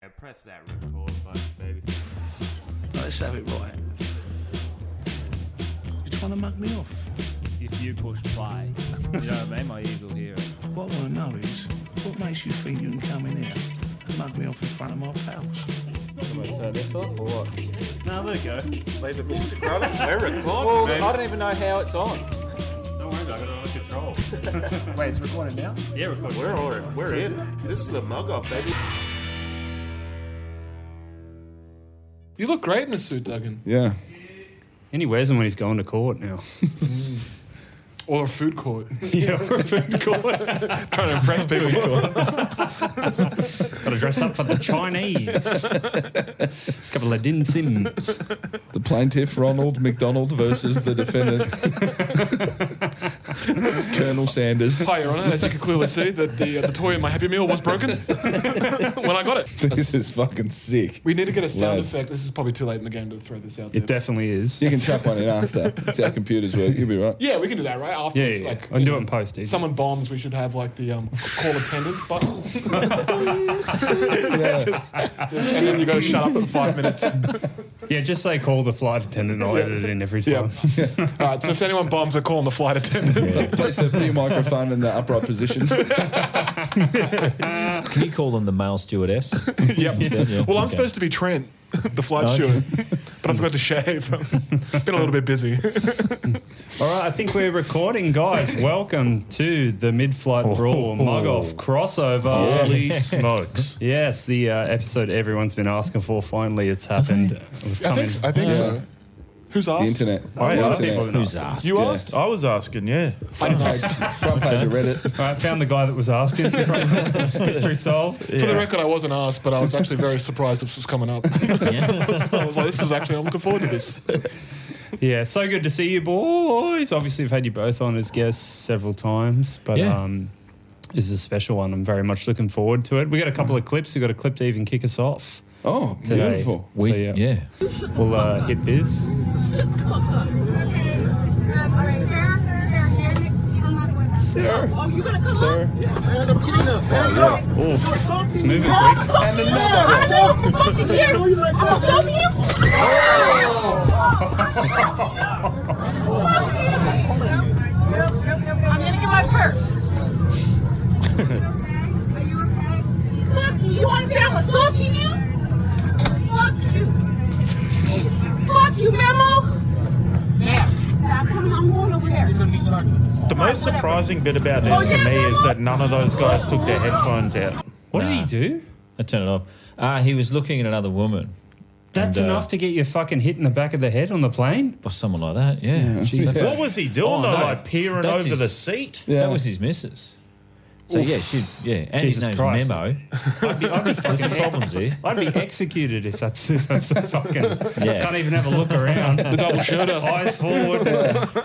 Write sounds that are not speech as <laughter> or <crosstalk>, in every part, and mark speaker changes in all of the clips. Speaker 1: Yeah, press that record button, baby.
Speaker 2: Let's have it right. You're trying to mug me off.
Speaker 3: if you push play, you know what I mean? My ears will hear it.
Speaker 2: What I want to know is, what makes you think you can come in here and mug me off in front of my pals?
Speaker 4: Can we turn this off or what?
Speaker 5: No, there you go.
Speaker 4: Leave the music running. We're recording.
Speaker 5: man.
Speaker 4: Well, I don't even know how it's on.
Speaker 5: Don't worry about it. I'm under control.
Speaker 2: Wait, it's recording now?
Speaker 5: Yeah, we're recording.
Speaker 4: We're on. We're in. This is the mug off, baby.
Speaker 6: You look great in a suit, Duggan.
Speaker 7: Yeah.
Speaker 5: And he wears them when he's going to court now.
Speaker 6: Or a food court.
Speaker 5: yeah, or a food court.
Speaker 6: Trying to impress people.
Speaker 5: Got to dress up for the Chinese. <laughs> couple of Din Sims.
Speaker 7: The plaintiff Ronald McDonald versus the defendant
Speaker 5: <laughs>
Speaker 7: Colonel Sanders.
Speaker 6: Hi, Your Honour. As you can clearly see, that the, uh, the toy in my Happy Meal was broken <laughs> when I got it.
Speaker 7: This is fucking sick.
Speaker 6: We need to get a sound
Speaker 7: Lads.
Speaker 6: effect. This is probably too late in the game to throw this out there.
Speaker 5: It definitely is.
Speaker 7: You can chuck one in after. It's how computers work. You'll be right.
Speaker 6: yeah, we can do that,
Speaker 5: Yeah,
Speaker 6: right? Afterwards,
Speaker 5: yeah.
Speaker 6: like
Speaker 5: I can do it in post. easy.
Speaker 6: someone bombs, we should have like the um, call attendant
Speaker 5: <laughs>
Speaker 6: button. and then you got to shut up for five minutes.
Speaker 5: Yeah, just say call the flight attendant. I'll edit it in every time.
Speaker 6: Yeah. All right. So if anyone bombs, we're calling the flight attendant. <laughs>
Speaker 7: Yeah. Place a put your microphone in the upright position.
Speaker 5: <laughs>
Speaker 8: Can you call them the male
Speaker 9: <laughs>
Speaker 8: stewardess?
Speaker 6: yep.
Speaker 8: Instead, yeah.
Speaker 6: Well, I'm
Speaker 8: Okay.
Speaker 6: supposed to be Trent, <laughs> the flight steward, but I forgot to shave. <laughs> Been a little bit busy.
Speaker 5: All right, I think we're recording, guys. Welcome to the mid-flight brawl mug off crossover. Oh. Holy
Speaker 8: Yes.
Speaker 5: smokes! Yes, the uh, episode everyone's been asking for. Finally, it's happened. We've
Speaker 6: I
Speaker 5: come in.
Speaker 6: think, I think so. Who's
Speaker 7: The
Speaker 6: asked?
Speaker 7: internet.
Speaker 5: I,
Speaker 7: the
Speaker 5: a lot of
Speaker 7: internet.
Speaker 5: people have been
Speaker 8: Who's
Speaker 5: asking.
Speaker 8: asked?
Speaker 6: You
Speaker 7: Yeah.
Speaker 6: asked?
Speaker 9: I was asking, yeah.
Speaker 6: I didn't
Speaker 7: Front
Speaker 6: ask.
Speaker 7: page, front page of Reddit.
Speaker 5: All right, found the guy that was <laughs> asking. History solved.
Speaker 6: For the record, I wasn't asked, but I was actually
Speaker 8: <laughs>
Speaker 6: very surprised this was coming up. <laughs> I was like, this is actually, I'm looking forward to this.
Speaker 5: Yeah, so good to see you boys. Obviously, we've had you both on as guests several times, but
Speaker 8: Yeah.
Speaker 5: um, this is a special one. I'm very much looking forward to it. We got a couple of clips. We got a clip to even kick us off
Speaker 7: Oh,
Speaker 5: today.
Speaker 7: beautiful.
Speaker 8: We,
Speaker 5: so,
Speaker 8: yeah.
Speaker 5: yeah, we'll uh, hit this.
Speaker 7: Sir. Sir.
Speaker 5: Oof, it's moving quick.
Speaker 7: And another one.
Speaker 10: I'm gonna get my purse. Fuck you. You want to say I'm assaulting you? Fuck you. Fuck you, Memo. Ma'am. I'm going over there.
Speaker 9: The most surprising bit about this to me is that none of those guys took their headphones out.
Speaker 5: What did he do?
Speaker 8: I turn it off. Ah, he was looking at another woman
Speaker 5: That's
Speaker 8: And, uh,
Speaker 5: enough to get your fucking hit in the back of the head on the plane.
Speaker 8: or someone like that. Yeah, Jesus.
Speaker 9: What was he doing
Speaker 8: Oh,
Speaker 9: though?
Speaker 8: no.
Speaker 9: Like peering
Speaker 8: That's
Speaker 9: over
Speaker 8: his-
Speaker 9: the seat?
Speaker 7: Yeah.
Speaker 8: that was his missus. So yeah, she yeah, and
Speaker 5: Jesus
Speaker 8: his
Speaker 9: <laughs>
Speaker 5: Christ.
Speaker 8: name's Memo. <laughs> There's some problems here.
Speaker 5: I'd be executed if that's if that's the fucking.
Speaker 8: Yeah.
Speaker 5: Can't even have a look around. The double shooter, eyes forward.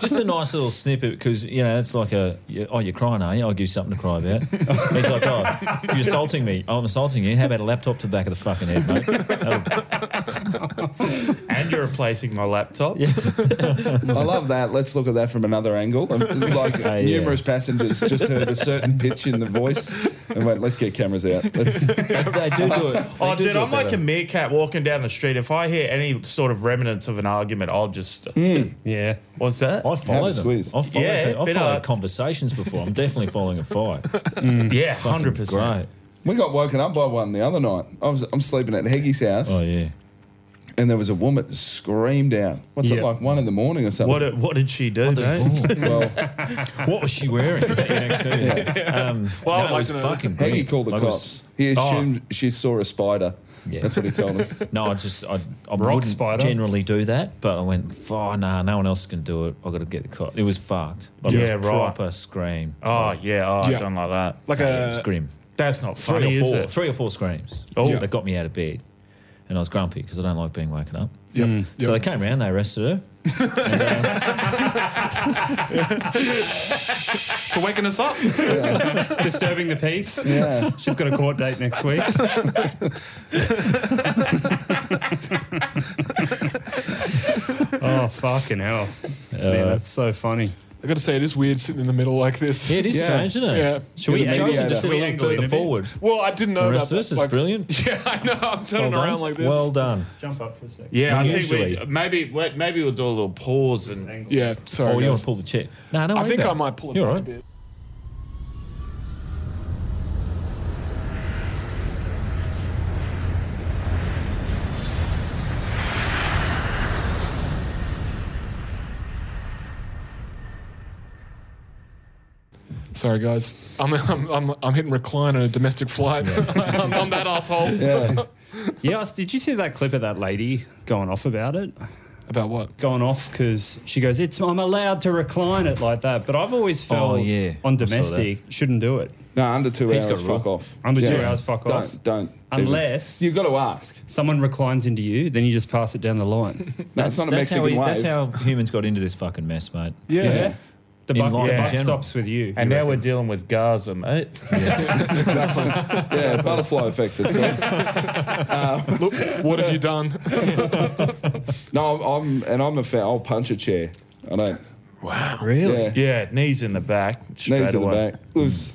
Speaker 8: Just a nice little snippet because you know that's like a you- oh you're crying are you? I'll give you something to cry about. He's like oh you're assaulting me. I'm assaulting you. How about a laptop to the back of the fucking head, mate? That'll-
Speaker 9: And you're replacing my laptop?
Speaker 7: I love that. Let's look at that from another angle.
Speaker 5: <laughs>
Speaker 7: And, Like
Speaker 5: Uh,
Speaker 8: yeah.
Speaker 7: numerous passengers just heard a certain pitch in the voice and went, "Let's get cameras out." Let's,
Speaker 5: <laughs>
Speaker 8: they, they do do it.
Speaker 9: Oh,
Speaker 8: they do
Speaker 9: dude,
Speaker 8: do it
Speaker 9: I'm like
Speaker 8: better.
Speaker 9: a meerkat walking down the street. If I hear any sort of remnants of an argument, I'll just.
Speaker 5: Yeah.
Speaker 9: What's that?
Speaker 8: I follow
Speaker 7: a
Speaker 8: them.
Speaker 7: squeeze.
Speaker 8: I've followed,
Speaker 9: Yeah,
Speaker 8: them. I've
Speaker 9: bit
Speaker 8: followed
Speaker 9: of-
Speaker 8: conversations before. I'm definitely following
Speaker 9: <laughs>
Speaker 8: a fight.
Speaker 9: Yeah, 100%.
Speaker 8: Great.
Speaker 7: we got woken up by one the other night. I was I'm sleeping at Heggy's house,
Speaker 8: Oh yeah.
Speaker 7: and there was a woman that screamed out. What's
Speaker 5: Yeah.
Speaker 7: it like one in the morning or something?
Speaker 9: What, did- what did she do, mate?
Speaker 5: <laughs>
Speaker 7: well,
Speaker 8: What was she wearing? Is that your next question?
Speaker 7: <laughs>
Speaker 8: Um,
Speaker 6: Well, I
Speaker 8: no, it
Speaker 6: like
Speaker 8: was
Speaker 6: to know-
Speaker 8: fucking
Speaker 7: Heggy
Speaker 8: brilliant.
Speaker 7: called the
Speaker 8: Like, it was-
Speaker 7: cops. He
Speaker 5: Oh.
Speaker 7: assumed she saw a spider.
Speaker 8: Yeah.
Speaker 7: That's what
Speaker 8: <laughs>
Speaker 7: he
Speaker 5: <laughs>
Speaker 7: told him.
Speaker 8: No, I just I, I wouldn't
Speaker 5: spider.
Speaker 8: generally do that, but I went, "Oh nah, no one else can do it. I got to get the cop." It was fucked. Like,
Speaker 9: Yeah,
Speaker 8: it was
Speaker 9: right.
Speaker 8: Proper scream.
Speaker 9: Oh, yeah. Oh,
Speaker 6: Yeah.
Speaker 9: I don't like that.
Speaker 6: Like uh,
Speaker 8: Yeah, it was
Speaker 6: a,
Speaker 8: grim.
Speaker 9: That's not
Speaker 8: Three
Speaker 9: funny,
Speaker 8: or
Speaker 9: is
Speaker 8: four.
Speaker 9: it?
Speaker 8: Three or four screams.
Speaker 9: Oh.
Speaker 8: that got me out of bed, and I was grumpy because I don't like being woken up.
Speaker 6: yep,
Speaker 9: Mm.
Speaker 8: So they
Speaker 6: yep.
Speaker 8: came round, they arrested her.
Speaker 6: for waking us up.
Speaker 5: Disturbing the peace.
Speaker 7: Yeah.
Speaker 5: She's got a court date next week. oh fucking hell! Man, that's so funny.
Speaker 6: got to say, it is weird sitting in the middle like this.
Speaker 8: Yeah, it is
Speaker 7: Yeah.
Speaker 8: strange, isn't it?
Speaker 6: Yeah.
Speaker 8: Should we
Speaker 5: You're the
Speaker 8: angle
Speaker 5: mediator.
Speaker 8: just
Speaker 5: We
Speaker 8: a little
Speaker 5: angle in a
Speaker 8: further
Speaker 5: bit.
Speaker 8: forward?
Speaker 6: Well, I didn't know
Speaker 8: The
Speaker 6: about
Speaker 8: rest of this
Speaker 6: that.
Speaker 8: is
Speaker 6: Like, <laughs>
Speaker 8: brilliant.
Speaker 6: Yeah, I know. I'm turning
Speaker 8: well
Speaker 6: around
Speaker 8: done.
Speaker 6: like this.
Speaker 8: Well done.
Speaker 5: Jump up for a second.
Speaker 9: Yeah, I
Speaker 8: Usually.
Speaker 9: think we maybe wait, maybe we'll do a little pause and
Speaker 5: Angle.
Speaker 6: yeah, sorry.
Speaker 8: Oh, you want
Speaker 6: guys.
Speaker 8: to pull the chair? No, no.
Speaker 6: I
Speaker 8: worry
Speaker 6: think
Speaker 8: about
Speaker 6: I might pull it
Speaker 8: You're
Speaker 6: back
Speaker 8: all right.
Speaker 6: a bit. Sorry, guys. I'm, I'm, I'm, I'm hitting recline on a domestic flight. <laughs> I'm, I'm that asshole.
Speaker 7: Yeah.
Speaker 5: Yes, did you see that clip of that lady going off about it?
Speaker 6: About what?
Speaker 5: Going off because she goes, "It's I'm allowed to recline it like that," but I've always felt
Speaker 8: Oh, yeah.
Speaker 5: on
Speaker 8: I saw that.
Speaker 5: domestic shouldn't do it
Speaker 7: No, under two
Speaker 8: He's
Speaker 7: hours,
Speaker 8: got a
Speaker 7: fuck off.
Speaker 5: Under two hours, fuck
Speaker 7: don't,
Speaker 5: off.
Speaker 7: Don't, don't. even-
Speaker 5: unless
Speaker 7: You've got to ask.
Speaker 5: someone reclines into you, then you just pass it down the
Speaker 8: <laughs>
Speaker 5: line.
Speaker 7: No, it's not a
Speaker 8: that's how,
Speaker 7: Mexican
Speaker 8: we,
Speaker 7: wave.
Speaker 8: that's how humans got into this fucking mess, mate.
Speaker 7: yeah.
Speaker 5: The
Speaker 8: In
Speaker 5: buck,
Speaker 8: life
Speaker 5: the
Speaker 8: in
Speaker 5: buck
Speaker 8: general.
Speaker 5: stops with you.
Speaker 9: and
Speaker 5: you
Speaker 9: now we're
Speaker 5: reckon?
Speaker 9: dealing with Gaza, mate.
Speaker 7: Yeah, butterfly effect. It's called.
Speaker 6: Look, what have you done?
Speaker 7: No, I'm, I'm and I'm a fan. I'll punch a chair. I don't.
Speaker 8: Really?
Speaker 7: Yeah.
Speaker 9: Yeah, knees in the back. Straight
Speaker 7: Knees in the
Speaker 9: away. <laughs>
Speaker 7: back. It was-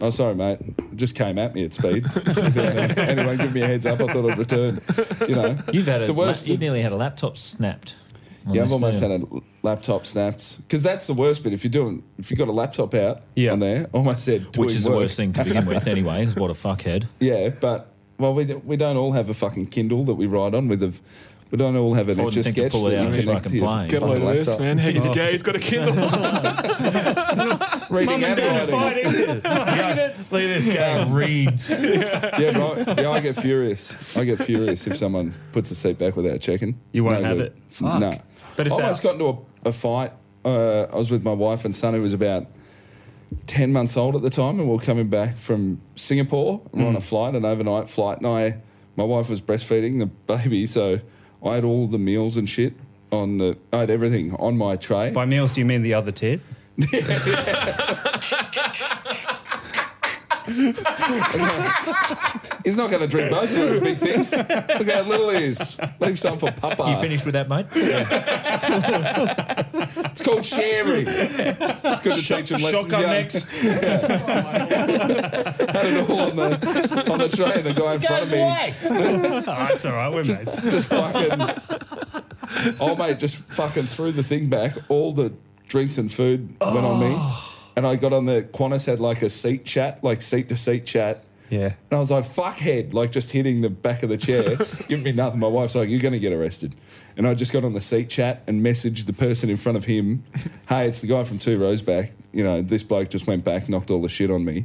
Speaker 7: Oh, sorry, mate. It just came at me at <laughs> speed. If anyone- anyone give me a heads up, I thought I'd return. You know,
Speaker 6: <laughs>
Speaker 8: You've had a,
Speaker 7: The worst-
Speaker 8: You nearly had a laptop snapped. on
Speaker 7: yeah, I've
Speaker 8: this
Speaker 7: almost
Speaker 8: thing.
Speaker 7: had a l- laptop snapped because that's the worst bit. If you're doing, if you've got a laptop out
Speaker 5: Yeah.
Speaker 7: on there, almost said doing
Speaker 8: Which is the
Speaker 7: work.
Speaker 8: worst thing to begin with, anyway. Is what
Speaker 7: <laughs>
Speaker 8: a fuckhead.
Speaker 7: Yeah, but well, we, d- we don't all have a fucking Kindle that we ride on with a. We don't all have an
Speaker 8: I wouldn't
Speaker 7: etch
Speaker 8: think to
Speaker 7: sketch
Speaker 8: pull it out
Speaker 7: that
Speaker 8: and
Speaker 7: you connect
Speaker 8: fucking
Speaker 7: to your
Speaker 8: play.
Speaker 6: Get a load
Speaker 7: fucking
Speaker 6: of this,
Speaker 7: laptop.
Speaker 6: man. Hey,
Speaker 2: Oh,
Speaker 6: he's gay. He's got a Kindle.
Speaker 7: Reading and writing.
Speaker 9: Look at this guy reads.
Speaker 7: Yeah, but I, yeah, I get furious. I get furious if someone puts a seat back without checking.
Speaker 5: You won't
Speaker 7: No
Speaker 5: have
Speaker 7: good.
Speaker 5: it. Fuck.
Speaker 7: No.
Speaker 5: But if
Speaker 7: I
Speaker 5: that-
Speaker 7: almost got into a, a fight. Uh, I was with my wife and son, who was about ten months old at the time, and we were coming back from Singapore. We We're
Speaker 5: Mm.
Speaker 7: on a flight, an overnight flight, and I, my wife was breastfeeding the baby, so I had all the meals and shit on the. I had everything on my tray.
Speaker 5: By meals, do you mean the other tit?
Speaker 7: He's not going to drink both of those big things. Look how little he is. Leave some for Papa.
Speaker 8: You finished with
Speaker 7: <laughs>
Speaker 8: that, mate?
Speaker 7: It's called sharing. It's good to teach him lessons.
Speaker 5: Shotgun
Speaker 7: young. <laughs>
Speaker 5: next.
Speaker 7: Had it all on the, on the train. The guy in front of me
Speaker 5: Oh, it's all right. We're mates.
Speaker 7: just fucking. Oh mate, just fucking threw the thing back. All the drinks and food went on me, and I got on the Qantas had like a seat chat, like seat to seat chat.
Speaker 5: Yeah.
Speaker 7: And I was like, fuckhead, like just hitting the back of
Speaker 6: <laughs>
Speaker 7: the chair, giving me nothing. My wife's like, you're going to get arrested. And I just got on the seat chat and messaged the person in front
Speaker 6: <laughs>
Speaker 7: of him, hey, it's the guy from two rows back. You know, this bloke just went back, knocked all the shit on me.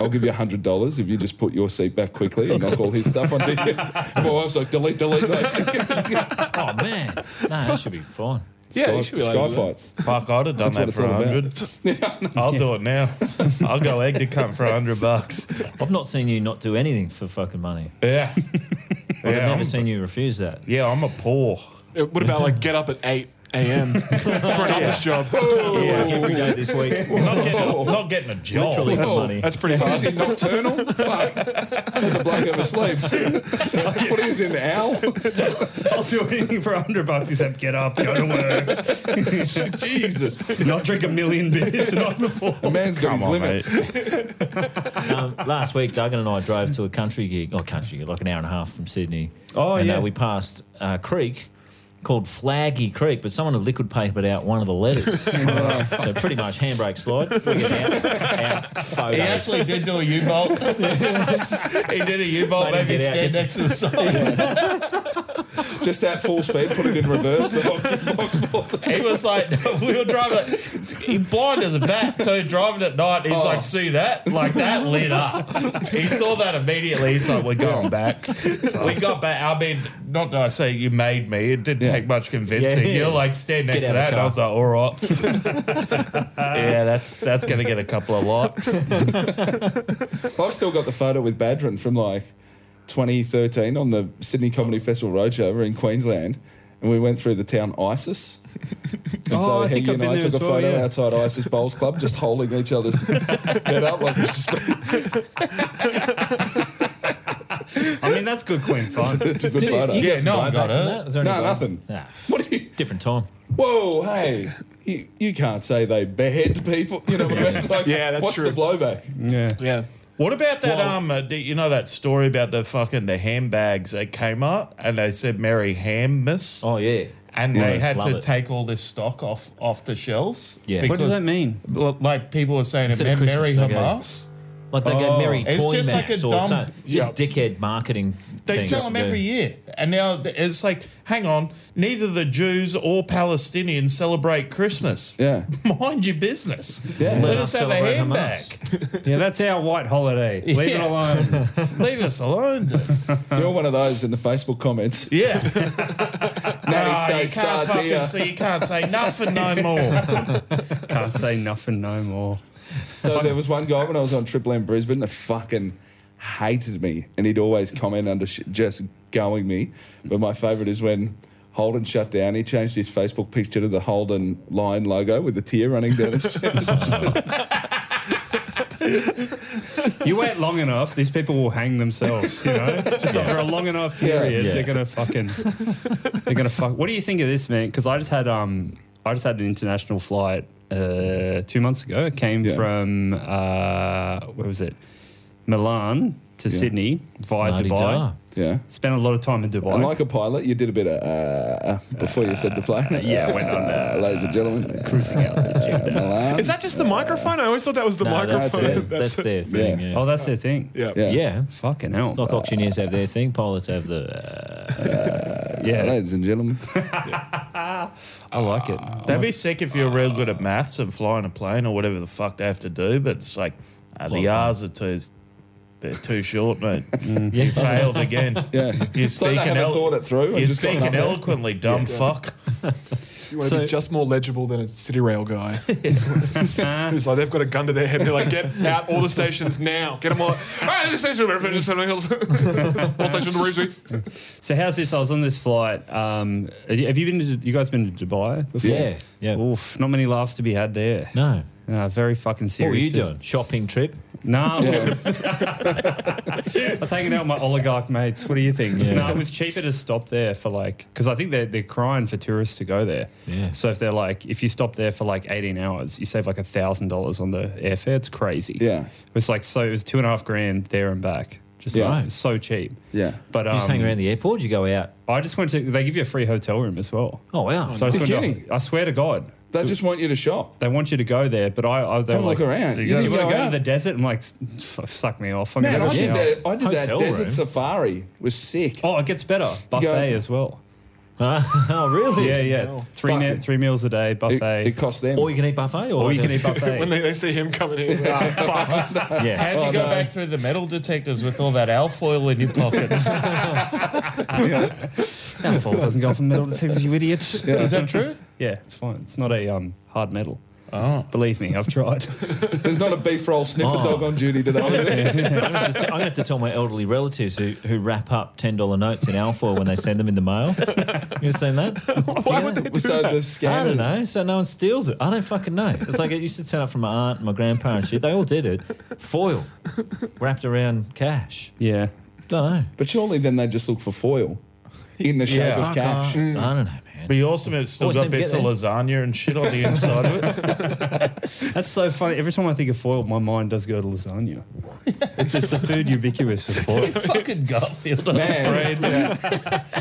Speaker 7: I'll give you $100 if you just put your seat back quickly and knock all his stuff on you. And my wife's like, delete, delete, delete.
Speaker 8: <laughs> Oh man, no, that should be fine.
Speaker 6: <laughs> Yeah,
Speaker 7: sky,
Speaker 6: you should be
Speaker 7: sky
Speaker 6: able to do
Speaker 7: fights.
Speaker 9: Fuck, I'd have done
Speaker 7: That's what
Speaker 9: that
Speaker 7: it's
Speaker 9: for a
Speaker 7: all about.
Speaker 9: hundred.
Speaker 7: <laughs>
Speaker 9: I'll do it now. <laughs> I'll go egg to cunt for a hundred bucks.
Speaker 8: I've not seen you not do anything for fucking money.
Speaker 9: Yeah.
Speaker 8: I've
Speaker 9: Yeah,
Speaker 8: never
Speaker 9: I'm,
Speaker 8: seen you refuse that.
Speaker 9: yeah, I'm a poor.
Speaker 6: Uh, What about like get up at 8
Speaker 8: <laughs>
Speaker 6: a.m. for an office job?
Speaker 8: Like every day this week,
Speaker 9: Not getting, not getting a job.
Speaker 8: literally for
Speaker 7: Oh.
Speaker 8: money.
Speaker 6: That's pretty
Speaker 7: Is
Speaker 6: fast.
Speaker 7: he nocturnal? Fuck. Let the
Speaker 6: <laughs>
Speaker 7: bloke oversleep. what is in the owl?
Speaker 5: I'll do anything for hundred bucks except get up, go to work,
Speaker 7: Jesus.
Speaker 5: not drink a million beers the night before.
Speaker 7: A man's got his
Speaker 9: on,
Speaker 7: limits.
Speaker 8: Um, last week, Duggan and I drove to a country gig, or country gig, like an hour and a half from Sydney.
Speaker 5: Oh,
Speaker 8: and,
Speaker 5: yeah.
Speaker 8: Uh, we passed a creek called Flaggy Creek, but someone had liquid papered out one of the letters. so pretty much handbrake slide. We get out, out photos.
Speaker 9: did do a
Speaker 8: <laughs>
Speaker 9: U-bolt. he did a U-bolt.
Speaker 8: Made him get out, get
Speaker 9: next to the side.
Speaker 8: <laughs>
Speaker 7: Just at full speed, put it in reverse. The lock- lock balls.
Speaker 9: He was like, <laughs> we were driving. It. He blind as a bat, so driving at night. He's like, see that? Like that lit up. He saw that immediately. He's like, we're going back. We got back. I mean, not that I say you made me. It didn't take much convincing.
Speaker 8: Yeah.
Speaker 9: You're like, stand next
Speaker 8: Get
Speaker 9: to
Speaker 8: out
Speaker 9: that, and I
Speaker 8: of
Speaker 9: was like, all right. yeah, that's that's gonna get a couple of likes.
Speaker 7: I've still got the photo with Badrin from like 2013 on the Sydney Comedy Festival roadshow We're in Queensland, and we went through the town Isis. And
Speaker 5: Oh, I
Speaker 7: so
Speaker 5: think I've
Speaker 7: Heggy and
Speaker 5: been
Speaker 7: I
Speaker 5: there
Speaker 7: took
Speaker 5: as
Speaker 7: a
Speaker 5: well,
Speaker 7: photo
Speaker 5: yeah.
Speaker 7: outside Isis Bowls Club, just holding each other's head up like it's just
Speaker 5: I mean, that's good clean fun.
Speaker 7: it's a good photo.
Speaker 8: You got
Speaker 9: Yeah,
Speaker 8: some
Speaker 9: no one
Speaker 8: vibe
Speaker 9: got
Speaker 8: back from
Speaker 9: it.
Speaker 8: that? Was there
Speaker 7: No,
Speaker 8: any vibe?
Speaker 7: nothing.
Speaker 8: Nah.
Speaker 7: What are you?
Speaker 8: Different time.
Speaker 7: Whoa, hey! you, you can't say they behead people. You know what I mean? It's like,
Speaker 6: Yeah, that's
Speaker 7: what's
Speaker 6: true.
Speaker 7: the blowback?
Speaker 5: Yeah.
Speaker 6: Yeah.
Speaker 11: What about that? um, uh, do you know that story about the fucking the handbags at Kmart, and they said Mary Hammas,
Speaker 8: Oh yeah.
Speaker 11: and they had
Speaker 8: love
Speaker 11: to
Speaker 8: it.
Speaker 11: take all this stock off off the shelves.
Speaker 8: Yeah.
Speaker 5: What does that mean?
Speaker 11: Well, like people were saying,
Speaker 8: Instead of
Speaker 11: "Man, Mary
Speaker 8: Christmas, they go-
Speaker 11: Hamas.
Speaker 8: Like they go merry
Speaker 11: Oh. It's
Speaker 8: toy
Speaker 11: just like
Speaker 8: maps
Speaker 11: a
Speaker 8: or
Speaker 11: dumb-
Speaker 8: something. Just dickhead marketing.
Speaker 11: They
Speaker 8: things.
Speaker 11: sell them every
Speaker 8: Yeah.
Speaker 11: year, and now th- it's like, hang on, neither the Jews or Palestinians celebrate Christmas.
Speaker 7: Yeah.
Speaker 11: <laughs> Mind your business.
Speaker 7: Yeah.
Speaker 11: Let,
Speaker 8: Let
Speaker 11: us
Speaker 8: us
Speaker 11: have a
Speaker 8: celebrate
Speaker 11: handbag.
Speaker 5: Yeah, that's our white holiday. Leave it
Speaker 11: Yeah.
Speaker 5: alone.
Speaker 11: Leave us alone.
Speaker 5: <laughs>
Speaker 7: You're one of those in the Facebook comments.
Speaker 11: Yeah.
Speaker 7: Nanny
Speaker 11: Ah, you
Speaker 7: state
Speaker 11: can't
Speaker 7: starts
Speaker 11: fucking
Speaker 7: here.
Speaker 11: say you can't say
Speaker 5: <laughs>
Speaker 11: nothing no more.
Speaker 5: Can't say nothing no more.
Speaker 7: So there was one guy when I was on Triple M Brisbane that fucking hated me, and he'd always comment under sh- just going me. But my favourite is when Holden shut down. He changed his Facebook picture to the Holden Lion logo with a tear running down his chest.
Speaker 5: You wait long enough, these people will hang themselves. You know, just after a long enough period,
Speaker 8: Yeah.
Speaker 5: they're gonna fucking, they're gonna fuck. What do you think of this, man? Because I just had um, I just had an international flight uh, two months ago. It came
Speaker 7: Yeah.
Speaker 5: from uh, where was it? Milan to
Speaker 7: Yeah.
Speaker 5: Sydney via
Speaker 8: Mardi
Speaker 5: Dubai.
Speaker 8: da.
Speaker 7: yeah.
Speaker 5: Spent a lot of time in Dubai.
Speaker 7: And like a pilot, you did a bit of uh, before you said the plane.
Speaker 5: yeah, went on,
Speaker 7: Uh, ladies and gentlemen, Uh,
Speaker 5: Cruising altitude.
Speaker 7: Milan.
Speaker 6: Is that just the microphone? I always thought that was the
Speaker 8: No, that's,
Speaker 6: microphone.
Speaker 8: their,
Speaker 7: it.
Speaker 11: <laughs>
Speaker 8: that's their thing. Yeah.
Speaker 5: oh, that's their thing.
Speaker 6: Yeah.
Speaker 7: Yeah.
Speaker 8: Yeah.
Speaker 5: Fucking hell.
Speaker 8: Like auctioneers have their thing, pilots have the. Uh,
Speaker 5: yeah,
Speaker 7: Ladies and gentlemen,
Speaker 5: I like it.
Speaker 11: That'd be sick if you're real good at maths and flying a plane or whatever the fuck they have to do. But it's like uh, the R's are too they're too short, <laughs> mate. You failed <laughs> again.
Speaker 7: yeah.
Speaker 11: You're
Speaker 7: It's like they
Speaker 11: speaking
Speaker 7: haven't
Speaker 11: elo-
Speaker 7: thought it through. and
Speaker 11: You're
Speaker 7: just gone
Speaker 11: speaking
Speaker 7: up there. Oh,
Speaker 11: eloquently, dumb
Speaker 7: <laughs>
Speaker 11: fuck.
Speaker 6: You want to be just more legible than a city rail guy. Who's like, they've got a gun to their head. They're like, get out all the stations now. Get them all. All right, this Ah, station to Redfern, something <laughs> else. All station to Roosie.
Speaker 5: So how's this? I was on this flight. Um, have you been? To, you guys been to Dubai before?
Speaker 8: Yeah, yeah.
Speaker 5: Oof, not many laughs to be had there.
Speaker 8: no.
Speaker 5: Uh, very fucking
Speaker 8: What
Speaker 5: serious.
Speaker 8: were you
Speaker 5: business.
Speaker 8: doing? Shopping trip?
Speaker 5: Nah, I was- I was hanging out with my oligarch mates. What do you think?
Speaker 8: <laughs> Yeah.
Speaker 5: No, it was cheaper to stop there for like because I think they're they're crying for tourists to go there.
Speaker 8: Yeah.
Speaker 5: So if they're like, if you stop there for like eighteen hours, you save like a thousand dollars on the airfare. It's crazy.
Speaker 7: Yeah.
Speaker 5: It was like so. It was two and a half grand there and back. Just
Speaker 7: Yeah.
Speaker 5: like, so cheap.
Speaker 7: Yeah.
Speaker 5: But um,
Speaker 8: You just hang around the airport, you go out.
Speaker 5: I just went to. They give you a free hotel room as well.
Speaker 8: Oh, wow.
Speaker 5: So I, just
Speaker 7: You're
Speaker 5: went
Speaker 7: kidding.
Speaker 5: to, I swear to God,
Speaker 7: They just want you to shop.
Speaker 5: they want you to go there, but I, I they
Speaker 7: Have
Speaker 5: were
Speaker 7: a
Speaker 5: like,
Speaker 7: look around.
Speaker 5: Do
Speaker 7: You
Speaker 5: you,
Speaker 7: can
Speaker 5: want
Speaker 7: go
Speaker 5: to go
Speaker 7: out.
Speaker 5: to the desert? I'm like, "S- f- suck me off. I'm
Speaker 7: Man,
Speaker 5: gonna
Speaker 7: I
Speaker 5: go
Speaker 7: did
Speaker 5: shower."
Speaker 7: that. I did that
Speaker 8: Hotel
Speaker 7: desert
Speaker 8: room.
Speaker 7: safari. It Was sick.
Speaker 5: Oh, it gets better. Buffet as well.
Speaker 8: <laughs> oh, really?
Speaker 5: Yeah, yeah. Three
Speaker 7: Fuck
Speaker 5: me-
Speaker 7: it.
Speaker 5: three meals a day,
Speaker 7: It,
Speaker 5: buffet,
Speaker 7: it cost them.
Speaker 8: Or you can eat buffet? Or,
Speaker 5: or you can eat
Speaker 8: <laughs>
Speaker 6: When
Speaker 5: buffet.
Speaker 6: <laughs>
Speaker 5: Oh,
Speaker 6: they, they see him coming in,
Speaker 8: Yeah.
Speaker 11: How'd you go back through the metal detectors with all that alfoil in your <laughs> pockets?
Speaker 5: that fall doesn't go off in metal detectors, you
Speaker 7: <laughs>
Speaker 5: idiot. Yeah.
Speaker 11: Is that true?
Speaker 5: it's fine. It's not a um, hard metal. Oh. Believe me, I've
Speaker 11: <laughs>
Speaker 5: tried.
Speaker 7: There's not a beef roll sniffer
Speaker 5: Oh.
Speaker 7: dog on
Speaker 5: <laughs>
Speaker 7: duty today.
Speaker 8: I'm going to, I'm gonna have to tell my elderly relatives who, who wrap up ten dollar notes in alfoil when they send them in the mail. <laughs> You ever seen that?
Speaker 5: <laughs>
Speaker 8: Why would they?
Speaker 7: so the
Speaker 8: I don't
Speaker 7: scam.
Speaker 8: know. So no one steals it. I don't fucking know. It's like it used to turn up from my aunt, and my grandparents. Shit, they all did it. Foil wrapped around cash.
Speaker 5: yeah.
Speaker 8: Don't know.
Speaker 7: But surely then they just look for foil in the shape
Speaker 5: Yeah.
Speaker 7: of
Speaker 8: Fuck,
Speaker 7: cash.
Speaker 8: I, I don't know, man.
Speaker 11: But you also have still
Speaker 8: Always
Speaker 11: got
Speaker 8: seem to
Speaker 11: bits of
Speaker 8: get
Speaker 11: lasagna and shit on the inside of it.
Speaker 5: That's so funny. Every time I think of foil, my mind does go to lasagna. it's, it's the food ubiquitous for foil.
Speaker 11: <laughs> fucking Garfield.
Speaker 7: Man,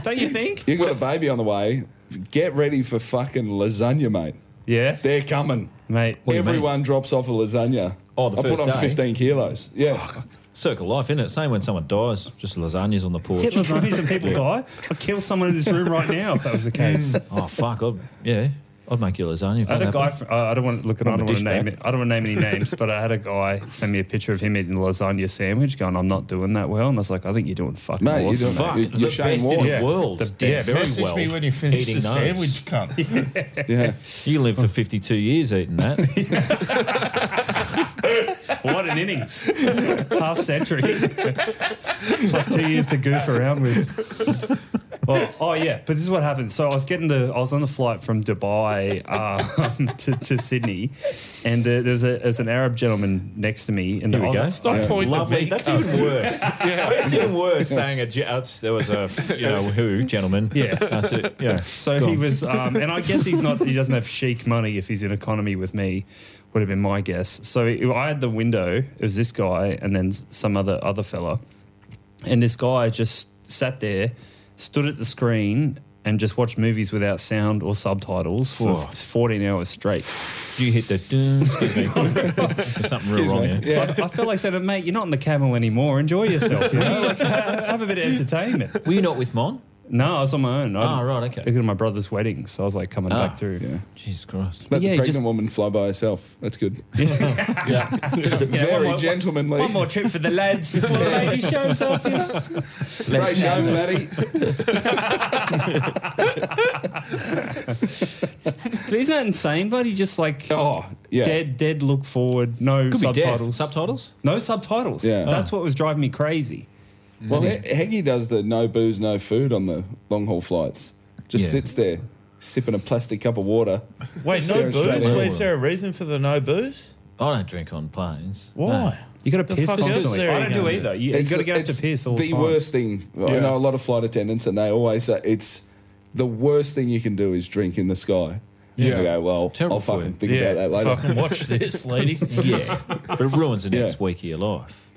Speaker 5: Don't you think?
Speaker 7: you got a baby on the way. Get ready for fucking lasagna, mate.
Speaker 5: Yeah.
Speaker 7: They're coming.
Speaker 5: Mate.
Speaker 7: Everyone drops off a lasagna.
Speaker 8: Oh, the
Speaker 7: I put
Speaker 8: first
Speaker 7: on
Speaker 8: day?
Speaker 7: 15 kilos. Yeah.
Speaker 8: Circle life, innit? Same when someone dies, just lasagnas on the porch.
Speaker 5: Get lasagnas and people die. I'd kill someone in this room right now if that was the case.
Speaker 8: Oh fuck! I'd, yeah, I'd make you lasagna. If
Speaker 5: I
Speaker 8: that
Speaker 5: had a guy.
Speaker 8: happened.
Speaker 5: From, I I don't want to look at. I
Speaker 8: Want
Speaker 5: don't want to
Speaker 8: my dish
Speaker 5: name
Speaker 8: back?
Speaker 5: it. I don't want to name any names. But I had a guy send me a picture of him eating a lasagna sandwich, going, "I'm not doing that well." And I was like, "I think you're doing fucking
Speaker 7: Mate, you're
Speaker 5: awesome."
Speaker 7: doing-
Speaker 8: Fuck,
Speaker 7: You-
Speaker 8: the
Speaker 7: you're Shane
Speaker 8: best in
Speaker 7: Warne.
Speaker 8: the
Speaker 5: Yeah,
Speaker 8: world.
Speaker 5: the
Speaker 8: did
Speaker 5: best.
Speaker 8: very
Speaker 11: Message
Speaker 8: well
Speaker 11: me <laughs> when you finish
Speaker 8: eating
Speaker 11: the
Speaker 8: those.
Speaker 11: sandwich, <laughs> cunt.
Speaker 7: Yeah.
Speaker 8: You lived for 52 years eating that.
Speaker 5: <laughs> <laughs> what an innings! <laughs> Half century, plus two years to goof around with. Well, oh yeah, but this is what happened. So I was getting the, I was on the flight from Dubai um, <laughs> to, to Sydney, and the, there was a, there's an Arab gentleman next to me, and
Speaker 8: Here
Speaker 5: I
Speaker 8: we
Speaker 5: was
Speaker 8: go.
Speaker 5: like,
Speaker 9: Stop pointing at
Speaker 8: Lovely.
Speaker 9: me.
Speaker 8: That's even worse. <laughs> yeah. It's even worse saying a ge- uh, there was a you know who gentleman.
Speaker 5: Yeah.
Speaker 8: That's it. Yeah.
Speaker 5: So
Speaker 8: Go
Speaker 5: he
Speaker 8: on.
Speaker 5: was, um, and I guess he's not. He doesn't have chic money if he's in economy with me. Would have been my guess. So I had the window. It was this guy, and then some other other fella, and this guy just sat there, stood at the screen, and just watched movies without sound or subtitles for
Speaker 8: Whoa.
Speaker 5: fourteen hours straight.
Speaker 8: you hit the doom. Excuse me. There's something real
Speaker 7: Excuse
Speaker 8: wrong
Speaker 7: me.
Speaker 8: here.
Speaker 7: Yeah.
Speaker 5: I, I felt like saying, "Mate, you're not in the camel anymore. Enjoy yourself. You know, like, <laughs> ha- have a bit of entertainment."
Speaker 8: Were you not with Mon?
Speaker 5: No, I was on my own. I-
Speaker 8: Oh, right, okay.
Speaker 5: I was at my brother's wedding, so I was like coming
Speaker 8: Ah.
Speaker 5: back through.
Speaker 7: Yeah.
Speaker 8: Jesus Christ.
Speaker 7: Let
Speaker 5: Yeah,
Speaker 7: the
Speaker 5: you
Speaker 7: pregnant
Speaker 5: just-
Speaker 7: woman fly by herself. That's
Speaker 5: <laughs>
Speaker 7: good. <laughs>
Speaker 5: You know,
Speaker 7: Very
Speaker 5: one more-
Speaker 7: gentlemanly.
Speaker 5: One more trip for the lads before the lady shows <laughs> up. You know?
Speaker 7: Great go,
Speaker 5: <laughs>
Speaker 7: fatty.
Speaker 5: But isn't that insane, buddy? Just like
Speaker 7: Oh, yeah.
Speaker 5: dead, dead look forward, no
Speaker 8: Could be deaf.
Speaker 5: subtitles.
Speaker 8: Subtitles?
Speaker 5: no subtitles.
Speaker 7: Yeah.
Speaker 5: That's what was driving me crazy.
Speaker 7: Well, He- Heggie does the no booze, no food on the long haul flights. Just
Speaker 8: Yeah.
Speaker 7: sits there sipping a plastic cup of water.
Speaker 9: Wait, no
Speaker 7: Staring straight
Speaker 9: booze?
Speaker 7: at
Speaker 9: Wait, is there a reason for the no booze?
Speaker 8: I don't drink on planes.
Speaker 9: Why?
Speaker 5: You got to
Speaker 9: The
Speaker 5: piss
Speaker 9: fuck else is
Speaker 5: constantly.
Speaker 9: there
Speaker 5: I don't
Speaker 9: you
Speaker 5: do
Speaker 9: can
Speaker 5: <laughs> either. You, you
Speaker 7: It's-
Speaker 5: got to get up to
Speaker 7: it's
Speaker 5: piss all the,
Speaker 7: the
Speaker 5: time.
Speaker 7: worst thing. I
Speaker 6: Yeah.
Speaker 7: know a lot of flight attendants, and they always say it's the worst thing you can do is drink in the sky. Yeah. You go, well,
Speaker 8: Terrible
Speaker 7: I'll
Speaker 8: for
Speaker 7: fucking
Speaker 8: you.
Speaker 7: think about that later.
Speaker 9: Fucking watch this,
Speaker 11: <laughs>
Speaker 9: lady.
Speaker 8: Yeah. but it ruins the next
Speaker 7: Yeah.
Speaker 8: week of your life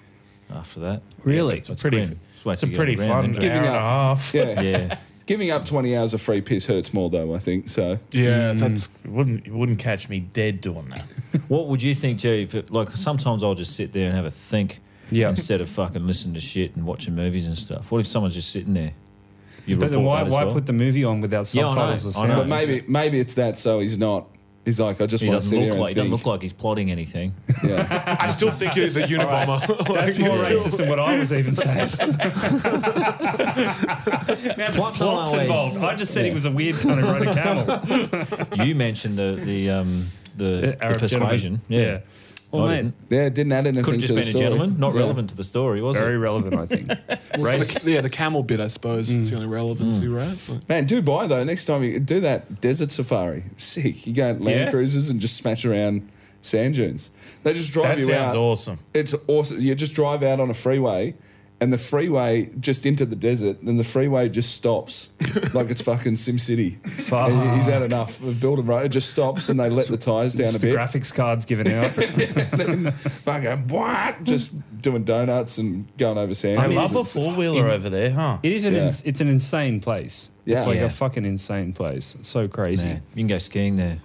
Speaker 8: after that.
Speaker 5: Really?
Speaker 8: Yeah, it's
Speaker 9: pretty-
Speaker 8: grim. It's, way
Speaker 9: It's
Speaker 8: too
Speaker 9: a
Speaker 8: good
Speaker 9: pretty
Speaker 8: around,
Speaker 9: fun
Speaker 8: isn't
Speaker 9: hour
Speaker 8: it?
Speaker 9: and a
Speaker 7: up.
Speaker 9: half.
Speaker 7: Yeah.
Speaker 8: <laughs> Yeah.
Speaker 7: Giving up 20 hours of free piss hurts more, though, I think. So,
Speaker 6: Yeah, that's
Speaker 9: It wouldn't, it wouldn't catch me dead doing
Speaker 5: <laughs>
Speaker 9: that.
Speaker 8: What would you think, Jerry? If it, like sometimes I'll just sit there and have a think
Speaker 5: Yeah.
Speaker 8: instead of fucking listening to shit and watching movies and stuff. What if someone's just sitting there? You
Speaker 5: But then
Speaker 8: report
Speaker 5: why,
Speaker 8: that as
Speaker 5: why
Speaker 8: well?
Speaker 5: put the movie on without
Speaker 8: Yeah, I know,
Speaker 5: subtitles or
Speaker 8: I know.
Speaker 5: sound?
Speaker 7: but maybe maybe it's that, so he's not. He's like, I just
Speaker 8: He
Speaker 7: want to sit
Speaker 8: doesn't
Speaker 7: here
Speaker 8: look
Speaker 7: and
Speaker 8: like he
Speaker 7: think.
Speaker 8: doesn't look like he's
Speaker 5: <laughs>
Speaker 8: plotting anything.
Speaker 7: yeah.
Speaker 6: I still think you're the Unabomber. <laughs>
Speaker 5: That's more racist than what I was even saying. Man, the
Speaker 8: What's
Speaker 5: flops
Speaker 8: always-
Speaker 5: involved. I just said he was a weird kind of rode a camel.
Speaker 8: you mentioned the the um, the, the
Speaker 5: Arab
Speaker 8: persuasion.
Speaker 5: gentleman. Yeah. Well,
Speaker 8: I
Speaker 5: mate,
Speaker 8: didn't.
Speaker 7: yeah, didn't add anything
Speaker 8: Could have
Speaker 7: to
Speaker 8: just
Speaker 7: the
Speaker 8: been a
Speaker 7: story.
Speaker 8: gentleman. Not
Speaker 7: Yeah.
Speaker 8: relevant to the story, was
Speaker 5: very
Speaker 8: it?
Speaker 5: relevant, I think. Right?
Speaker 6: The- yeah, the camel bit, I suppose, is the only relevancy, right? Like,
Speaker 7: Man, Dubai though. Next time you do that desert safari, sick. You go on land
Speaker 5: Yeah.
Speaker 7: cruisers and just smash around sand dunes. They just drive
Speaker 9: That
Speaker 7: you
Speaker 9: sounds
Speaker 7: out.
Speaker 9: awesome.
Speaker 7: It's awesome. You just drive out on a freeway, and the freeway just into the desert. Then the freeway just
Speaker 5: <laughs>
Speaker 7: stops, like it's fucking Sim City.
Speaker 5: Fuck.
Speaker 7: He- He's had enough. We've built a road. It just stops, and they let the tires down a
Speaker 5: Just the
Speaker 7: bit.
Speaker 5: graphics cards given out.
Speaker 7: Fucking what? Just doing donuts and going over sand.
Speaker 9: I
Speaker 7: dunes.
Speaker 9: love a four wheeler over there, huh?
Speaker 5: It is an
Speaker 7: Yeah.
Speaker 5: ins- it's an insane place.
Speaker 7: Yeah.
Speaker 5: It's like
Speaker 8: Yeah.
Speaker 5: a fucking insane place. It's so crazy.
Speaker 8: Yeah. You can go skiing there.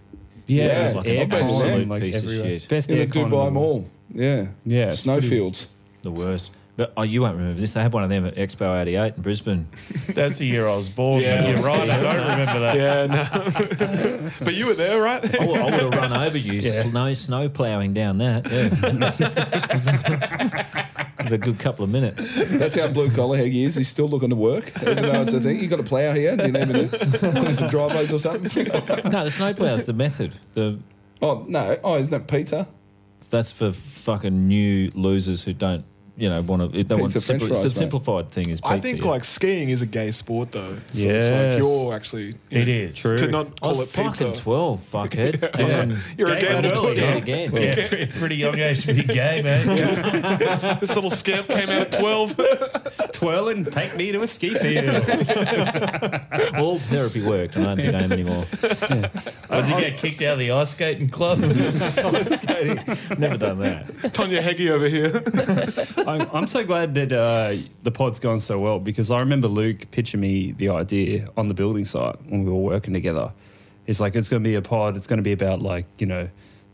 Speaker 5: Yeah,
Speaker 7: Yeah.
Speaker 5: there's
Speaker 7: I've
Speaker 8: been
Speaker 5: aircon
Speaker 7: there.
Speaker 5: and,
Speaker 8: Absolute piece of shit.
Speaker 5: Best
Speaker 7: in the
Speaker 5: aircon in the
Speaker 7: Dubai
Speaker 5: world.
Speaker 7: Mall. Yeah,
Speaker 5: Yeah, it's pretty-
Speaker 7: Snowfields.
Speaker 8: The worst. But oh, you won't remember this. They had one of them at Expo 88 in Brisbane.
Speaker 9: That's the year I was born.
Speaker 6: Yeah.
Speaker 9: You're right. I don't remember that.
Speaker 6: yeah, no. but you were there, right?
Speaker 8: I would, have run over you. Snow, snow ploughing down that. Yeah. <laughs> it was a good couple of minutes.
Speaker 7: That's how blue collar Heggy is. He's still looking to work, even though it's a thing. You got a plough here. Do you need me to clean some driveways or something? <laughs>
Speaker 8: No, the snow plough's the method. The
Speaker 7: oh no! Oh, isn't that Peter?
Speaker 8: that's for fucking new losers who don't, you know, want to. They want
Speaker 7: Pizza,
Speaker 8: simple,
Speaker 7: french
Speaker 8: it's
Speaker 7: fries,
Speaker 8: the
Speaker 7: mate.
Speaker 8: simplified thing is pizza.
Speaker 6: I think
Speaker 8: yeah.
Speaker 6: like skiing is a gay sport, though. So
Speaker 5: Yes.
Speaker 6: it's like you're actually
Speaker 9: It is. True.
Speaker 6: to not
Speaker 8: I
Speaker 6: call
Speaker 8: was
Speaker 6: it
Speaker 8: Oh, fucking
Speaker 6: pizza.
Speaker 8: twelve,
Speaker 6: <laughs>
Speaker 8: fuckhead. Um,
Speaker 6: You're a
Speaker 5: Gay
Speaker 6: gay
Speaker 5: man
Speaker 6: little
Speaker 5: early,
Speaker 6: twat.
Speaker 8: yeah,
Speaker 5: Yeah.
Speaker 8: again.
Speaker 9: Yeah, <laughs> pretty, pretty young age to be gay,
Speaker 5: <laughs>
Speaker 9: man.
Speaker 6: This little scamp came out at twelve.
Speaker 5: Twirling, take me to a ski field.
Speaker 8: All therapy worked. I don't think I am anymore. <laughs>
Speaker 9: Or did you get kicked out of the ice skating
Speaker 5: <laughs>
Speaker 9: club?
Speaker 8: Never done that.
Speaker 6: Tonya Heggie over here.
Speaker 5: I'm, I'm so glad that uh, the pod's gone so well because I remember Luke pitching me the idea on the building site when we were working together. He's like, it's going to be a pod. It's going to be about like you know,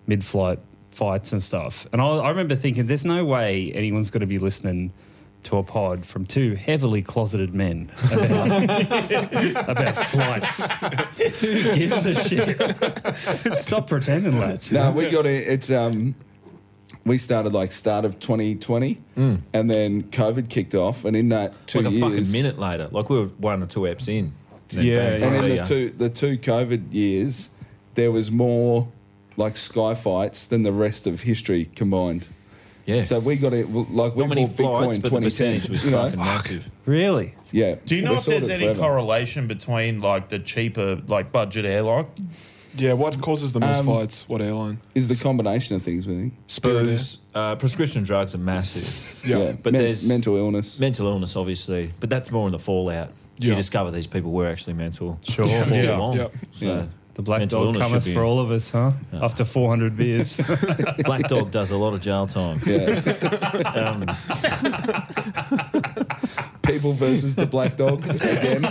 Speaker 5: mid-flight fights and stuff. And I, I remember thinking, there's no way anyone's going to be listening to a pod from two heavily closeted men about, <laughs> about flights. <laughs> Who gives a shit? Stop pretending, lads.
Speaker 7: No, we got it. It's um, we started like start of 2020, and then COVID kicked off, and in that two
Speaker 8: Hmm. Like a
Speaker 7: years,
Speaker 8: fucking minute later. Like we were one or two apps in. Then
Speaker 5: Yeah,
Speaker 8: bang,
Speaker 7: and
Speaker 8: see
Speaker 7: in
Speaker 8: ya.
Speaker 7: the two the two COVID years, there was more like sky fights than the rest of history combined.
Speaker 8: Yeah.
Speaker 7: So we got it like we
Speaker 8: How many
Speaker 7: bought
Speaker 8: flights,
Speaker 7: Bitcoin
Speaker 8: but the
Speaker 7: twenty cents.
Speaker 8: percentage was
Speaker 7: you know?
Speaker 8: fucking massive.
Speaker 5: Really?
Speaker 7: Yeah.
Speaker 9: Do you know
Speaker 7: We
Speaker 9: if
Speaker 7: saw
Speaker 9: there's
Speaker 7: it
Speaker 9: any
Speaker 7: forever.
Speaker 9: correlation between like the cheaper like budget airline?
Speaker 6: Yeah, what causes the most fights? What airline?
Speaker 7: Is the combination of things we think.
Speaker 6: Spirit Air.
Speaker 8: Booze, uh, prescription drugs are massive.
Speaker 6: Yeah.
Speaker 8: But there's-
Speaker 7: mental illness.
Speaker 8: mental illness, obviously, but that's more in the fallout. You
Speaker 6: Yeah.
Speaker 8: discover these people were actually mental.
Speaker 5: Sure.
Speaker 8: all
Speaker 6: Yeah,
Speaker 8: along.
Speaker 6: yeah.
Speaker 8: So
Speaker 5: The black
Speaker 8: Mental
Speaker 5: dog
Speaker 8: illness should
Speaker 5: cometh
Speaker 8: be-
Speaker 5: for all of us, huh? After
Speaker 9: <laughs>
Speaker 5: 400 beers.
Speaker 8: Black Dog does a lot of
Speaker 5: <laughs>
Speaker 8: jail time. <laughs>
Speaker 7: yeah.
Speaker 8: Um,
Speaker 7: People versus the black dog again.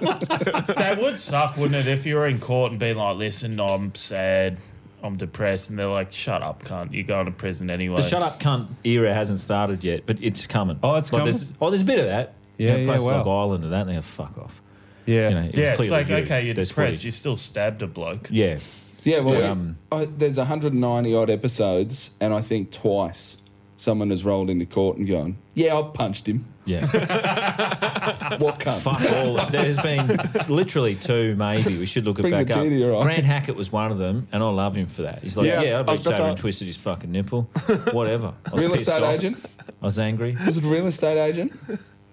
Speaker 9: that would suck, wouldn't it, if you were in court and being like, "Listen, I'm sad, I'm depressed," and they're like, "Shut up, cunt! You're going to prison anyway."
Speaker 8: the shut up cunt era hasn't started yet, but it's coming.
Speaker 5: Oh, it's
Speaker 8: Like,
Speaker 5: coming?
Speaker 8: There's, oh, there's a bit of that.
Speaker 5: Yeah,
Speaker 8: You know,
Speaker 5: yeah,
Speaker 8: places like
Speaker 5: wow.
Speaker 8: Ireland and that, they go, fuck off.
Speaker 5: yeah.
Speaker 8: You know, it was
Speaker 9: Yeah, it's
Speaker 8: clearly
Speaker 9: like
Speaker 8: you.
Speaker 9: okay, you're
Speaker 8: There's
Speaker 9: depressed.
Speaker 8: footage.
Speaker 9: You still stabbed a bloke.
Speaker 8: Yeah,
Speaker 7: Yeah, well, we-
Speaker 8: um,
Speaker 7: I, there's 190 odd episodes, and I think twice someone has rolled into court and gone, "Yeah, I punched him.
Speaker 8: <laughs>
Speaker 9: <laughs>
Speaker 8: yeah.
Speaker 7: What cunt?"
Speaker 8: Fuck all. There's been literally two, maybe. We should look it
Speaker 7: Brings a
Speaker 8: back up.
Speaker 7: tear to your eye.
Speaker 8: Grant Hackett was one of them, and I love him for that. He's like,
Speaker 6: Yeah,
Speaker 8: yeah,
Speaker 6: I
Speaker 8: I'd
Speaker 6: was
Speaker 8: reached
Speaker 6: about
Speaker 8: over
Speaker 6: to-
Speaker 8: and twisted his
Speaker 7: <laughs>
Speaker 8: fucking nipple. Whatever. I was
Speaker 7: Real
Speaker 8: pissed
Speaker 7: estate
Speaker 8: off.
Speaker 7: agent?
Speaker 8: I was angry.
Speaker 7: Was it a real estate agent?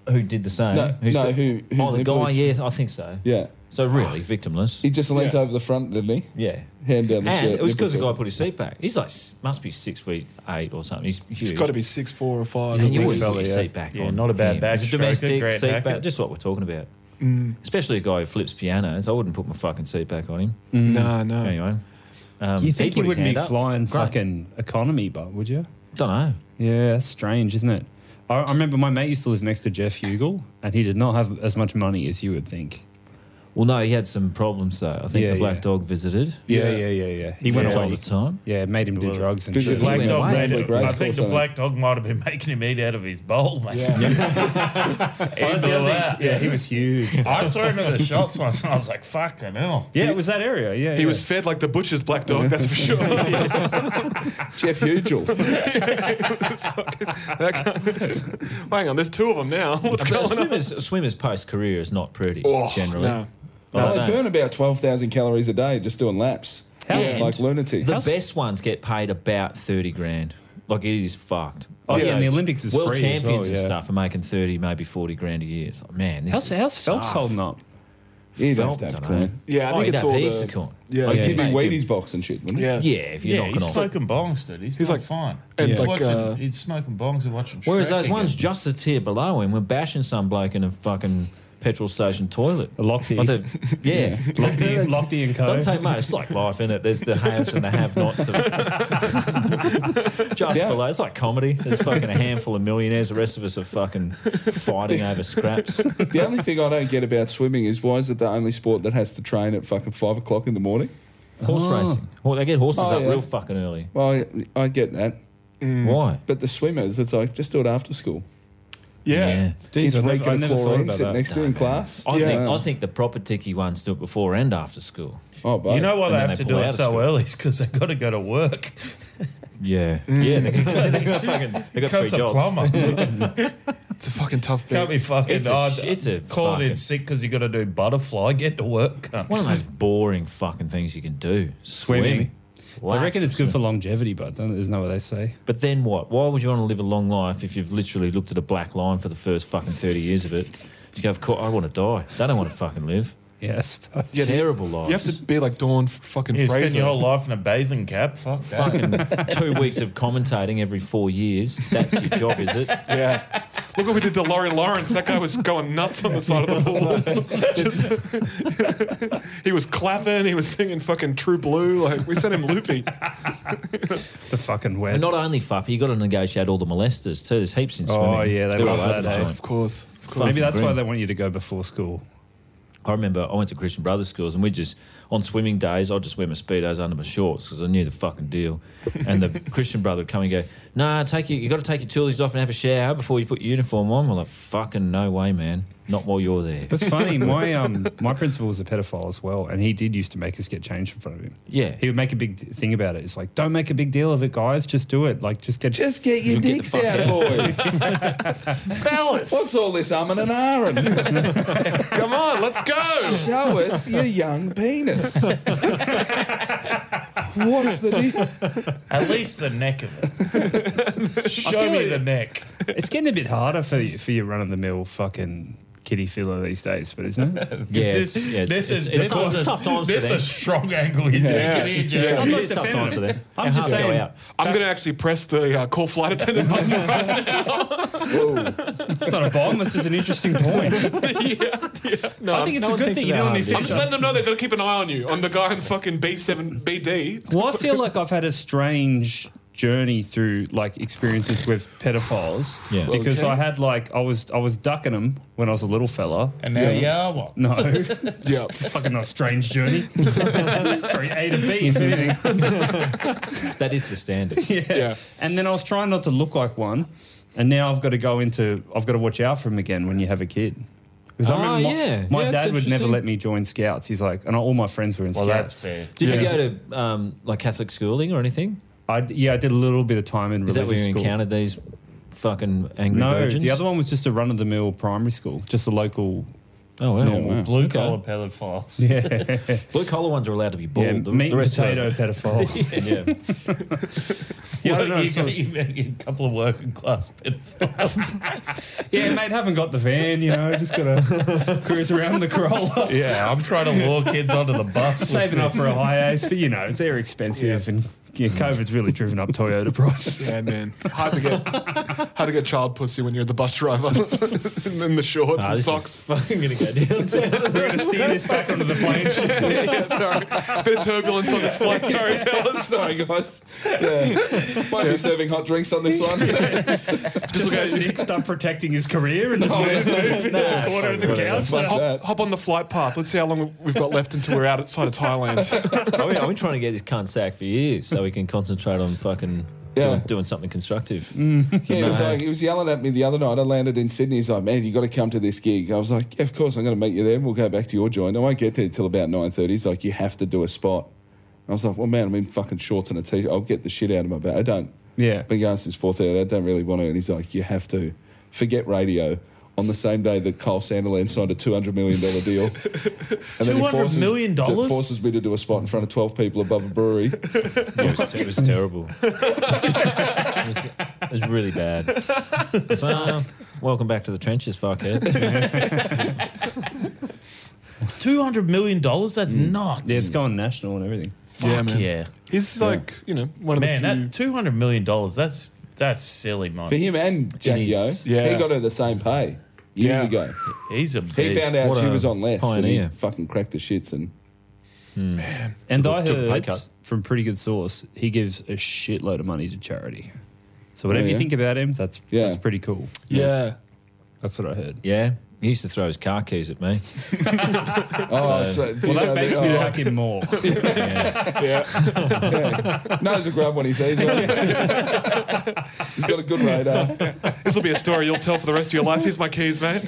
Speaker 8: Who did the same?
Speaker 7: No, no, who- whose
Speaker 8: oh, the
Speaker 7: nipple
Speaker 8: guy.
Speaker 7: it's-
Speaker 8: Yes, I think so.
Speaker 7: Yeah,
Speaker 8: So really, victimless.
Speaker 7: he just leant
Speaker 6: Yeah.
Speaker 7: over the front, didn't he?
Speaker 8: yeah.
Speaker 7: Hand down the
Speaker 8: and
Speaker 7: shirt.
Speaker 8: it was because the
Speaker 7: nipple
Speaker 8: guy put his seat back. He's like, s- must be six feet eight or something. He's huge.
Speaker 6: It's got to be six, four, or five.
Speaker 8: And you
Speaker 6: at
Speaker 8: wouldn't
Speaker 6: least.
Speaker 8: put your seat back
Speaker 9: Yeah,
Speaker 8: on.
Speaker 9: not a bad
Speaker 8: him. He's
Speaker 9: backstroker,
Speaker 8: a domestic
Speaker 9: Grant
Speaker 8: seat back.
Speaker 9: Hackett.
Speaker 8: Just what we're talking about.
Speaker 7: Mm.
Speaker 8: Especially a guy who flips pianos. I wouldn't put my fucking seat back on him.
Speaker 6: No, no.
Speaker 8: Anyway. Um,
Speaker 5: You think
Speaker 8: he
Speaker 5: you
Speaker 8: put his
Speaker 5: wouldn't be
Speaker 8: hand up.
Speaker 5: flying
Speaker 8: Great.
Speaker 5: fucking economy, but would you?
Speaker 8: Don't know.
Speaker 5: Yeah, that's strange, isn't it? I, I remember my mate used to live next to Jeff Hugel, and he did not have as much money as you would think.
Speaker 8: Well, no, he had some problems though. I think
Speaker 5: Yeah,
Speaker 8: the black
Speaker 5: yeah.
Speaker 8: dog visited.
Speaker 5: Yeah, yeah, yeah, yeah. He went
Speaker 8: Yeah. all
Speaker 5: away.
Speaker 8: the time.
Speaker 5: Yeah, it made him do drugs and
Speaker 7: Did
Speaker 5: shit.
Speaker 7: you-
Speaker 9: Black
Speaker 8: went
Speaker 9: dog
Speaker 8: away.
Speaker 9: made it.
Speaker 7: Public race
Speaker 9: I think
Speaker 7: course,
Speaker 9: the
Speaker 7: I think.
Speaker 9: black dog might have been making him eat out of his bowl, mate. <laughs>
Speaker 8: <laughs>
Speaker 9: He
Speaker 5: Oh, that's the
Speaker 9: blew
Speaker 5: other thing.
Speaker 9: out.
Speaker 5: Yeah, he was huge.
Speaker 9: I saw him at the shops once, and I was like, "Fucking hell!"
Speaker 5: Yeah, it was that area. Yeah,
Speaker 6: He was fed like the butcher's black dog, that's for sure.
Speaker 7: Jeff
Speaker 8: <laughs>
Speaker 7: Hugel.
Speaker 6: Hang on, there's two of them now. What's
Speaker 8: But a
Speaker 6: going on?
Speaker 8: swimmers, a swimmers post career is not pretty
Speaker 6: Oh,
Speaker 8: generally.
Speaker 6: no.
Speaker 8: Well,
Speaker 7: I
Speaker 8: I
Speaker 7: burn
Speaker 8: don't.
Speaker 7: about 12,000 calories a day just doing laps.
Speaker 8: Yeah.
Speaker 7: Like lunatic.
Speaker 8: The best ones get paid about thirty grand. Like it is fucked.
Speaker 5: Oh,
Speaker 8: You
Speaker 5: yeah, and
Speaker 8: know,
Speaker 5: the Olympics is free
Speaker 8: World
Speaker 5: as well,
Speaker 8: champions and
Speaker 5: yeah.
Speaker 8: stuff are making thirty, maybe forty grand a year. It's like, man, this
Speaker 5: How's,
Speaker 8: is
Speaker 5: how's Phelps
Speaker 8: tough.
Speaker 5: holding up?
Speaker 7: He'd have
Speaker 8: Phelps,
Speaker 7: to have
Speaker 8: dunno.
Speaker 7: coin.
Speaker 6: Yeah, I
Speaker 8: Oh,
Speaker 6: think
Speaker 8: he'd
Speaker 6: it's
Speaker 8: have
Speaker 6: all
Speaker 8: heads
Speaker 6: the-
Speaker 8: of coin.
Speaker 6: Yeah.
Speaker 8: Like,
Speaker 6: Yeah.
Speaker 8: if
Speaker 7: He'd be
Speaker 8: you-
Speaker 7: Wheaties box and shit, wouldn't he?
Speaker 6: Yeah.
Speaker 8: Yeah, if you're
Speaker 9: Yeah,
Speaker 8: knocking
Speaker 9: he's
Speaker 8: off.
Speaker 9: smoking bongs, dude. He's,
Speaker 6: He's
Speaker 9: not
Speaker 6: like-
Speaker 9: fine.
Speaker 6: and
Speaker 9: he's,
Speaker 6: like,
Speaker 9: watching,
Speaker 6: uh,
Speaker 9: he's smoking bongs and watching.
Speaker 8: Whereas
Speaker 9: Shrek
Speaker 8: those
Speaker 9: again.
Speaker 8: ones just a tier below him, we're bashing some bloke in a fucking petrol station toilet.
Speaker 5: A Lochte.
Speaker 8: Like the- yeah.
Speaker 5: Lochte, Lochte and Co.
Speaker 8: Don't take much. It's like life, innit? There's the haves and the have-nots. Of just
Speaker 7: Yeah.
Speaker 8: below. It's like comedy. There's fucking a handful of millionaires. The rest of us are fucking fighting over scraps.
Speaker 7: The only thing I don't get about swimming is why is it the only sport that has to train at fucking five o'clock in the morning?
Speaker 8: Horse racing. Well, they get horses
Speaker 7: Oh,
Speaker 8: up
Speaker 7: yeah.
Speaker 8: real fucking early.
Speaker 7: Well, I, I get that.
Speaker 8: Why?
Speaker 7: But the swimmers, it's like, just do it after school.
Speaker 5: Jeez,
Speaker 6: Yeah.
Speaker 5: I
Speaker 7: Kids
Speaker 5: never- I
Speaker 7: raking the
Speaker 5: never thought
Speaker 7: chlorine
Speaker 5: about
Speaker 7: sitting
Speaker 5: that.
Speaker 7: next to you in class.
Speaker 8: I think I think the proper ticky ones do it before and after school.
Speaker 7: Oh, but
Speaker 9: you know why
Speaker 8: and
Speaker 9: they
Speaker 8: then
Speaker 9: have
Speaker 8: they
Speaker 9: to
Speaker 8: pull
Speaker 9: do
Speaker 8: out
Speaker 9: it
Speaker 8: of
Speaker 9: so
Speaker 8: school.
Speaker 9: early? It's because they've got to go to work.
Speaker 8: Yeah, yeah. They got, they got fucking they got three
Speaker 9: Cuts a
Speaker 8: jobs. <laughs>
Speaker 9: plumber.
Speaker 6: It's a fucking tough
Speaker 9: Can't be
Speaker 6: thing.
Speaker 9: fucking.
Speaker 8: It's a
Speaker 9: oh,
Speaker 8: sh- it's a
Speaker 9: called
Speaker 8: fucking-
Speaker 9: in sick because you got to do butterfly. Get to work. cunt.
Speaker 8: One of the most boring fucking things you can do.
Speaker 5: Swimming.
Speaker 8: Swimming.
Speaker 5: I reckon it's good for longevity, but don't- isn't that what they say? <laughs>
Speaker 8: But then what? Why would you want to live a long life if you've literally looked at a black line for the first fucking 30 years of it? You go, of course, I want to die. They don't want to fucking live.
Speaker 5: Yes.
Speaker 6: Yeah,
Speaker 8: Terrible lives.
Speaker 6: You have to be like Dawn f- fucking
Speaker 9: You spend
Speaker 6: Fraser.
Speaker 9: your whole life in a bathing cap. Fuck that.
Speaker 8: fucking two weeks of commentating every four years. That's your job, is it?
Speaker 6: yeah. Look what we did to Laurie Lawrence. That guy was going nuts on the side of the pool. Just- <laughs> he was clapping. He was singing fucking True Blue. Like we sent him loopy.
Speaker 5: The fucking
Speaker 8: And
Speaker 5: wet.
Speaker 8: not only fuck, you got to negotiate all the molesters too. There's heaps in swimming.
Speaker 5: Oh, yeah, they
Speaker 8: They're
Speaker 5: love
Speaker 8: all over
Speaker 5: that,
Speaker 8: the
Speaker 5: eh?
Speaker 8: joint.
Speaker 6: Of course. Of course.
Speaker 5: Maybe that's
Speaker 8: grim.
Speaker 5: why they want you to go before school.
Speaker 8: I remember I went to Christian Brothers schools and we just on swimming days I'd just wear my speedos under my shorts because I knew the fucking deal. And the Christian brother would come and go, "Nah, take your, you got to take your toolies off and have a shower before you put your uniform on." We're like, "Fucking no way, man! Not while you're there."
Speaker 5: That's funny. my um, my principal was a pedophile as well, and he did used to make us get changed in front of him.
Speaker 8: Yeah.
Speaker 5: He would make a big d- thing about it. It's like, don't make a big deal of it, guys. Just do it. Like, just get
Speaker 7: Just get your
Speaker 8: You'll get the
Speaker 7: dicks
Speaker 8: fuck
Speaker 7: out,
Speaker 8: out.
Speaker 7: boys. What's all this umming and ahhing?
Speaker 6: Come on, let's go.
Speaker 7: Show us your young penis. What's the deal?
Speaker 9: At least the neck of it. Show me the neck.
Speaker 5: It's getting a bit harder for you, for your run of the mill fucking kitty filler these days, but isn't it?
Speaker 8: Yeah, it's, yeah, it's,
Speaker 9: This is
Speaker 8: it's, it's
Speaker 9: this
Speaker 8: tough,
Speaker 9: is a,
Speaker 8: tough times
Speaker 9: this
Speaker 8: for
Speaker 9: is
Speaker 8: them.
Speaker 9: a strong angle you
Speaker 7: Yeah.
Speaker 9: take it in, Jack.
Speaker 8: I'm
Speaker 5: not
Speaker 8: not tough
Speaker 5: defending
Speaker 8: times for them.
Speaker 5: I'm
Speaker 8: How
Speaker 5: just
Speaker 8: hard they go
Speaker 5: saying-
Speaker 8: out.
Speaker 6: I'm going to actually press the uh, call flight attendant button.
Speaker 5: It's not a bomb, it's just an interesting point.
Speaker 6: No,
Speaker 5: I
Speaker 6: I'm,
Speaker 5: think it's
Speaker 6: no,
Speaker 5: a good
Speaker 8: thinks
Speaker 5: thing you don't
Speaker 8: about
Speaker 5: let me
Speaker 8: it.
Speaker 6: I'm
Speaker 5: finish.
Speaker 6: just letting them know they've got to keep an eye on you, on the guy in fucking B7, BD.
Speaker 5: Well, I feel like I've had a strange journey through like experiences with pedophiles.
Speaker 8: Yeah.
Speaker 5: Because
Speaker 7: Okay.
Speaker 5: I had like I was I was ducking them when I was a little fella.
Speaker 9: And now you are what?
Speaker 5: No, <laughs>
Speaker 6: Yeah.
Speaker 5: fucking not a strange
Speaker 8: <laughs>
Speaker 5: journey. Sorry, A to B, if anything.
Speaker 8: That is the standard.
Speaker 5: <laughs>
Speaker 6: Yeah.
Speaker 5: And then I was trying not to look like one, and now I've got to go into I've got to watch out for him again when you have a kid. Because
Speaker 8: Ah,
Speaker 5: I remember my,
Speaker 8: yeah.
Speaker 5: my
Speaker 8: Yeah, that's
Speaker 5: dad would never
Speaker 8: interesting.
Speaker 5: let me join Scouts. He's like, and all my friends were in
Speaker 9: Well, that's
Speaker 5: Scouts.
Speaker 9: fair.
Speaker 8: Did you go to um, like Catholic schooling or anything?
Speaker 5: I d- yeah, I did a little bit of time in
Speaker 8: Is that
Speaker 5: religious
Speaker 8: where you
Speaker 5: school.
Speaker 8: encountered these fucking angry
Speaker 5: No,
Speaker 8: virgins?
Speaker 5: the other one was just a run of the mill primary school, just a local.
Speaker 8: Oh, wow.
Speaker 9: Blue collar pedophiles.
Speaker 5: Yeah,
Speaker 8: Blue collar ones are allowed to be bald.
Speaker 5: yeah
Speaker 8: the,
Speaker 5: meat
Speaker 8: the
Speaker 5: and
Speaker 8: rest of
Speaker 5: potato
Speaker 8: <laughs>
Speaker 5: pedophiles.
Speaker 8: it- yeah.
Speaker 5: yeah, I don't know.
Speaker 9: You,
Speaker 5: so
Speaker 9: got,
Speaker 8: <laughs>
Speaker 5: it's-
Speaker 9: you met a couple of working class pedophiles.
Speaker 5: yeah, mate, haven't got the van, you know, just
Speaker 8: <laughs>
Speaker 5: gotta cruise around the Corolla.
Speaker 9: yeah, I'm trying to lure kids onto the bus. with
Speaker 5: Saving
Speaker 9: me.
Speaker 5: up for a high ace, but you know, they're expensive and yeah, COVID's really driven up Toyota prices.
Speaker 6: Yeah, man. It's hard to get hard to get child pussy when you're the bus driver <laughs> and in the shorts
Speaker 8: Ah,
Speaker 6: and
Speaker 8: this
Speaker 6: socks. <laughs>
Speaker 8: I'm going to go downtown.
Speaker 5: <laughs> We're gonna steer this back onto the <laughs> plane.
Speaker 6: yeah, sorry. Bit of turbulence on this flight. Sorry, fellas.
Speaker 7: <laughs> Sorry, guys. Yeah. Might be serving hot drinks on this one.
Speaker 5: Just look at Nick start protecting his career and just move, move in the corner of the couch.
Speaker 7: <laughs> Fuck
Speaker 6: Hop,
Speaker 7: that.
Speaker 6: hop on the flight path. Let's see how long we've got left until we're out outside of
Speaker 7: <laughs>
Speaker 6: Thailand.
Speaker 8: I've been- Oh, I've been trying to get this cunt sack for years so we can concentrate on fucking
Speaker 7: Yeah.
Speaker 8: doing, doing something constructive.
Speaker 5: Mm.
Speaker 7: Yeah, he was like, he was yelling at me the other night. I landed in Sydney. He's like, "Man, you got to come to this gig." I was like, "Yeah, "Of course, I'm going to meet you there. and We'll go back to your joint. I won't get there till about 9.30. He's like, "You have to do a spot." I was like, "Well, man, I'm in fucking shorts and a t-shirt. I'll get the shit out of my bag. I don't.
Speaker 5: Yeah.
Speaker 7: been going since 4.30. I don't really want to." And he's like, "You have to. Forget radio." On the same day that Kyle Sanderland signed a two hundred million dollar deal, and then he
Speaker 9: $200
Speaker 7: forces-
Speaker 9: million?
Speaker 7: to- forces me to do a spot in front of twelve people above a brewery.
Speaker 8: It was, it
Speaker 5: <laughs>
Speaker 8: was terrible. it, was, it was really bad. It's like, "Oh, welcome back to the trenches,
Speaker 5: <laughs>
Speaker 8: fuckhead.
Speaker 9: Two hundred million dollars? That's nuts.
Speaker 5: Yeah, it's gone national and everything.
Speaker 9: Fuck yeah.
Speaker 6: He's like, you know, one of
Speaker 9: Man,
Speaker 6: the few-
Speaker 11: Mm-hmm.
Speaker 9: that two hundred million dollars, that's that's silly
Speaker 7: For
Speaker 9: money.
Speaker 7: him and Jackie O,
Speaker 8: Jeez.
Speaker 6: Yeah.
Speaker 7: he got her the same pay years
Speaker 6: Yeah.
Speaker 7: ago.
Speaker 9: He's a
Speaker 7: He
Speaker 9: beast.
Speaker 7: found out
Speaker 8: What
Speaker 7: she
Speaker 8: a
Speaker 7: was on less,
Speaker 8: pioneer.
Speaker 7: and he fucking cracked the shits. And
Speaker 5: And I
Speaker 8: took a pay
Speaker 5: heard
Speaker 8: cut.
Speaker 5: from pretty good source, he gives a shitload of money to charity. So whatever
Speaker 7: Yeah,
Speaker 5: you
Speaker 7: yeah.
Speaker 5: think about him, that's
Speaker 7: Yeah.
Speaker 5: that's pretty cool.
Speaker 6: yeah,
Speaker 5: That's what I heard.
Speaker 8: Yeah. He used to throw his car keys at me.
Speaker 7: oh, so, do
Speaker 5: Well,
Speaker 7: you
Speaker 5: that
Speaker 7: know
Speaker 5: makes
Speaker 7: the-
Speaker 5: me
Speaker 7: oh,
Speaker 5: like him
Speaker 8: <laughs>
Speaker 5: more.
Speaker 7: Knows a grub when he sees her. <laughs> He's got a good radar.
Speaker 6: this will be a story you'll tell for the rest of your life. Here's my keys, mate.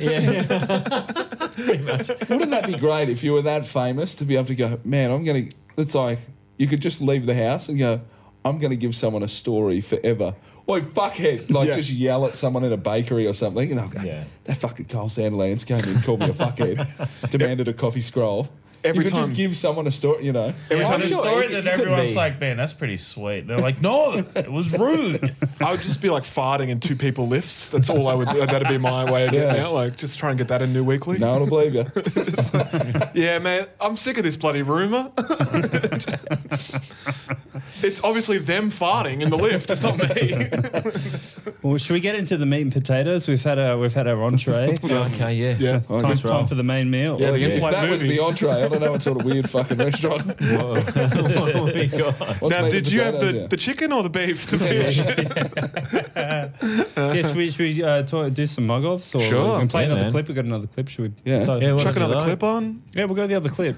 Speaker 7: Wouldn't that be great if you were that famous to be able to go, man? I'm gonna. It's like you could just leave the house and go. I'm gonna give someone a story forever. Oi, fuckhead! Like
Speaker 6: Yeah.
Speaker 7: just yell at someone in a bakery or something, and they'll go,
Speaker 8: Yeah.
Speaker 7: "That fucking Carl Sandilands came in, called me
Speaker 6: <laughs>
Speaker 7: a fuckhead, demanded a coffee scroll."
Speaker 6: Every
Speaker 7: you could
Speaker 6: time-
Speaker 7: just give someone a story, you know.
Speaker 6: Every
Speaker 9: Yeah,
Speaker 6: time
Speaker 9: the
Speaker 6: you-
Speaker 9: story
Speaker 8: it- it
Speaker 9: that
Speaker 8: could
Speaker 9: everyone's
Speaker 8: be.
Speaker 9: like, man, that's pretty sweet. They're like, no, it was rude.
Speaker 6: I would just be like farting in two people lifts. That's all I would. That'd be my way of getting
Speaker 7: Yeah.
Speaker 6: out. Like, just try and get that in New Weekly.
Speaker 7: No one will believe you.
Speaker 6: Yeah, man, I'm sick of this bloody <laughs> rumor. it's obviously them farting in the lift. It's not me.
Speaker 5: well, should we get into the meat and potatoes? We've had our we've had our entree.
Speaker 8: okay, <laughs> yeah.
Speaker 6: Yeah.
Speaker 8: Nice
Speaker 5: time,
Speaker 8: roll.
Speaker 5: time for the main meal.
Speaker 7: Yeah,
Speaker 6: the
Speaker 7: if
Speaker 6: in-flight
Speaker 7: that was
Speaker 6: movie.
Speaker 7: the entree, I don't know what sort of weird fucking restaurant.
Speaker 8: <laughs> <laughs> what we got?
Speaker 7: What's
Speaker 6: now,
Speaker 7: made
Speaker 6: did
Speaker 7: of
Speaker 6: you have the,
Speaker 7: potatoes,
Speaker 6: the chicken or the beef? The fish?
Speaker 5: Yeah, should we, should we uh, to- do some mug offs? Or
Speaker 6: Sure.
Speaker 5: We can play
Speaker 8: Yeah,
Speaker 5: another
Speaker 8: man.
Speaker 5: clip. We've got another clip. Should we?
Speaker 7: Yeah.
Speaker 5: So,
Speaker 8: Yeah,
Speaker 5: yeah,
Speaker 8: well-
Speaker 6: Chuck
Speaker 8: Whatever you
Speaker 6: another
Speaker 8: like.
Speaker 6: clip on.
Speaker 5: we'll go to the other clip.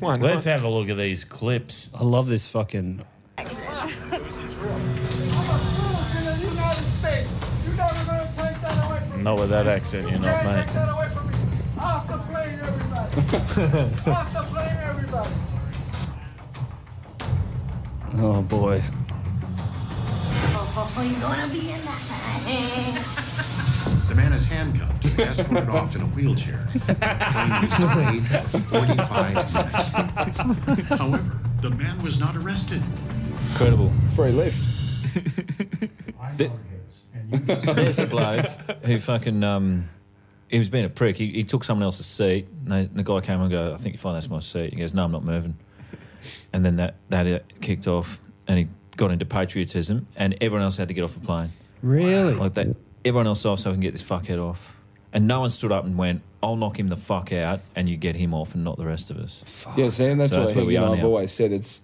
Speaker 6: Why not?
Speaker 9: Let's have a look at these clips.
Speaker 5: I love this fucking.
Speaker 9: Not with that accent, you're not, mate.
Speaker 12: Off the plane, everybody! Off the plane, everybody!
Speaker 5: <laughs> Oh boy.
Speaker 10: Oh, you're gonna be in that thing.
Speaker 13: The man is handcuffed and escorted off in a wheelchair. The plane is delayed for 45 minutes. However, The man was not arrested.
Speaker 8: Incredible.
Speaker 7: Free lift.
Speaker 8: There's a bloke who fucking um, he was being a prick. He, he took someone else's seat, and, they, the guy came and go, "I think you find that's my seat." He goes, "No, I'm not moving." And then that that uh, kicked off, and he got into patriotism, and everyone else had to get off the plane.
Speaker 11: Really?
Speaker 8: Like that, everyone else off so I can get this fuckhead off. And no one stood up and went, "I'll knock him the fuck out," and you get him off, and not the rest of us.
Speaker 7: Yeah, Sam, that's
Speaker 8: So
Speaker 7: what
Speaker 8: that's
Speaker 7: he
Speaker 8: where we
Speaker 7: and
Speaker 8: are
Speaker 7: I've
Speaker 8: now.
Speaker 7: always said. It's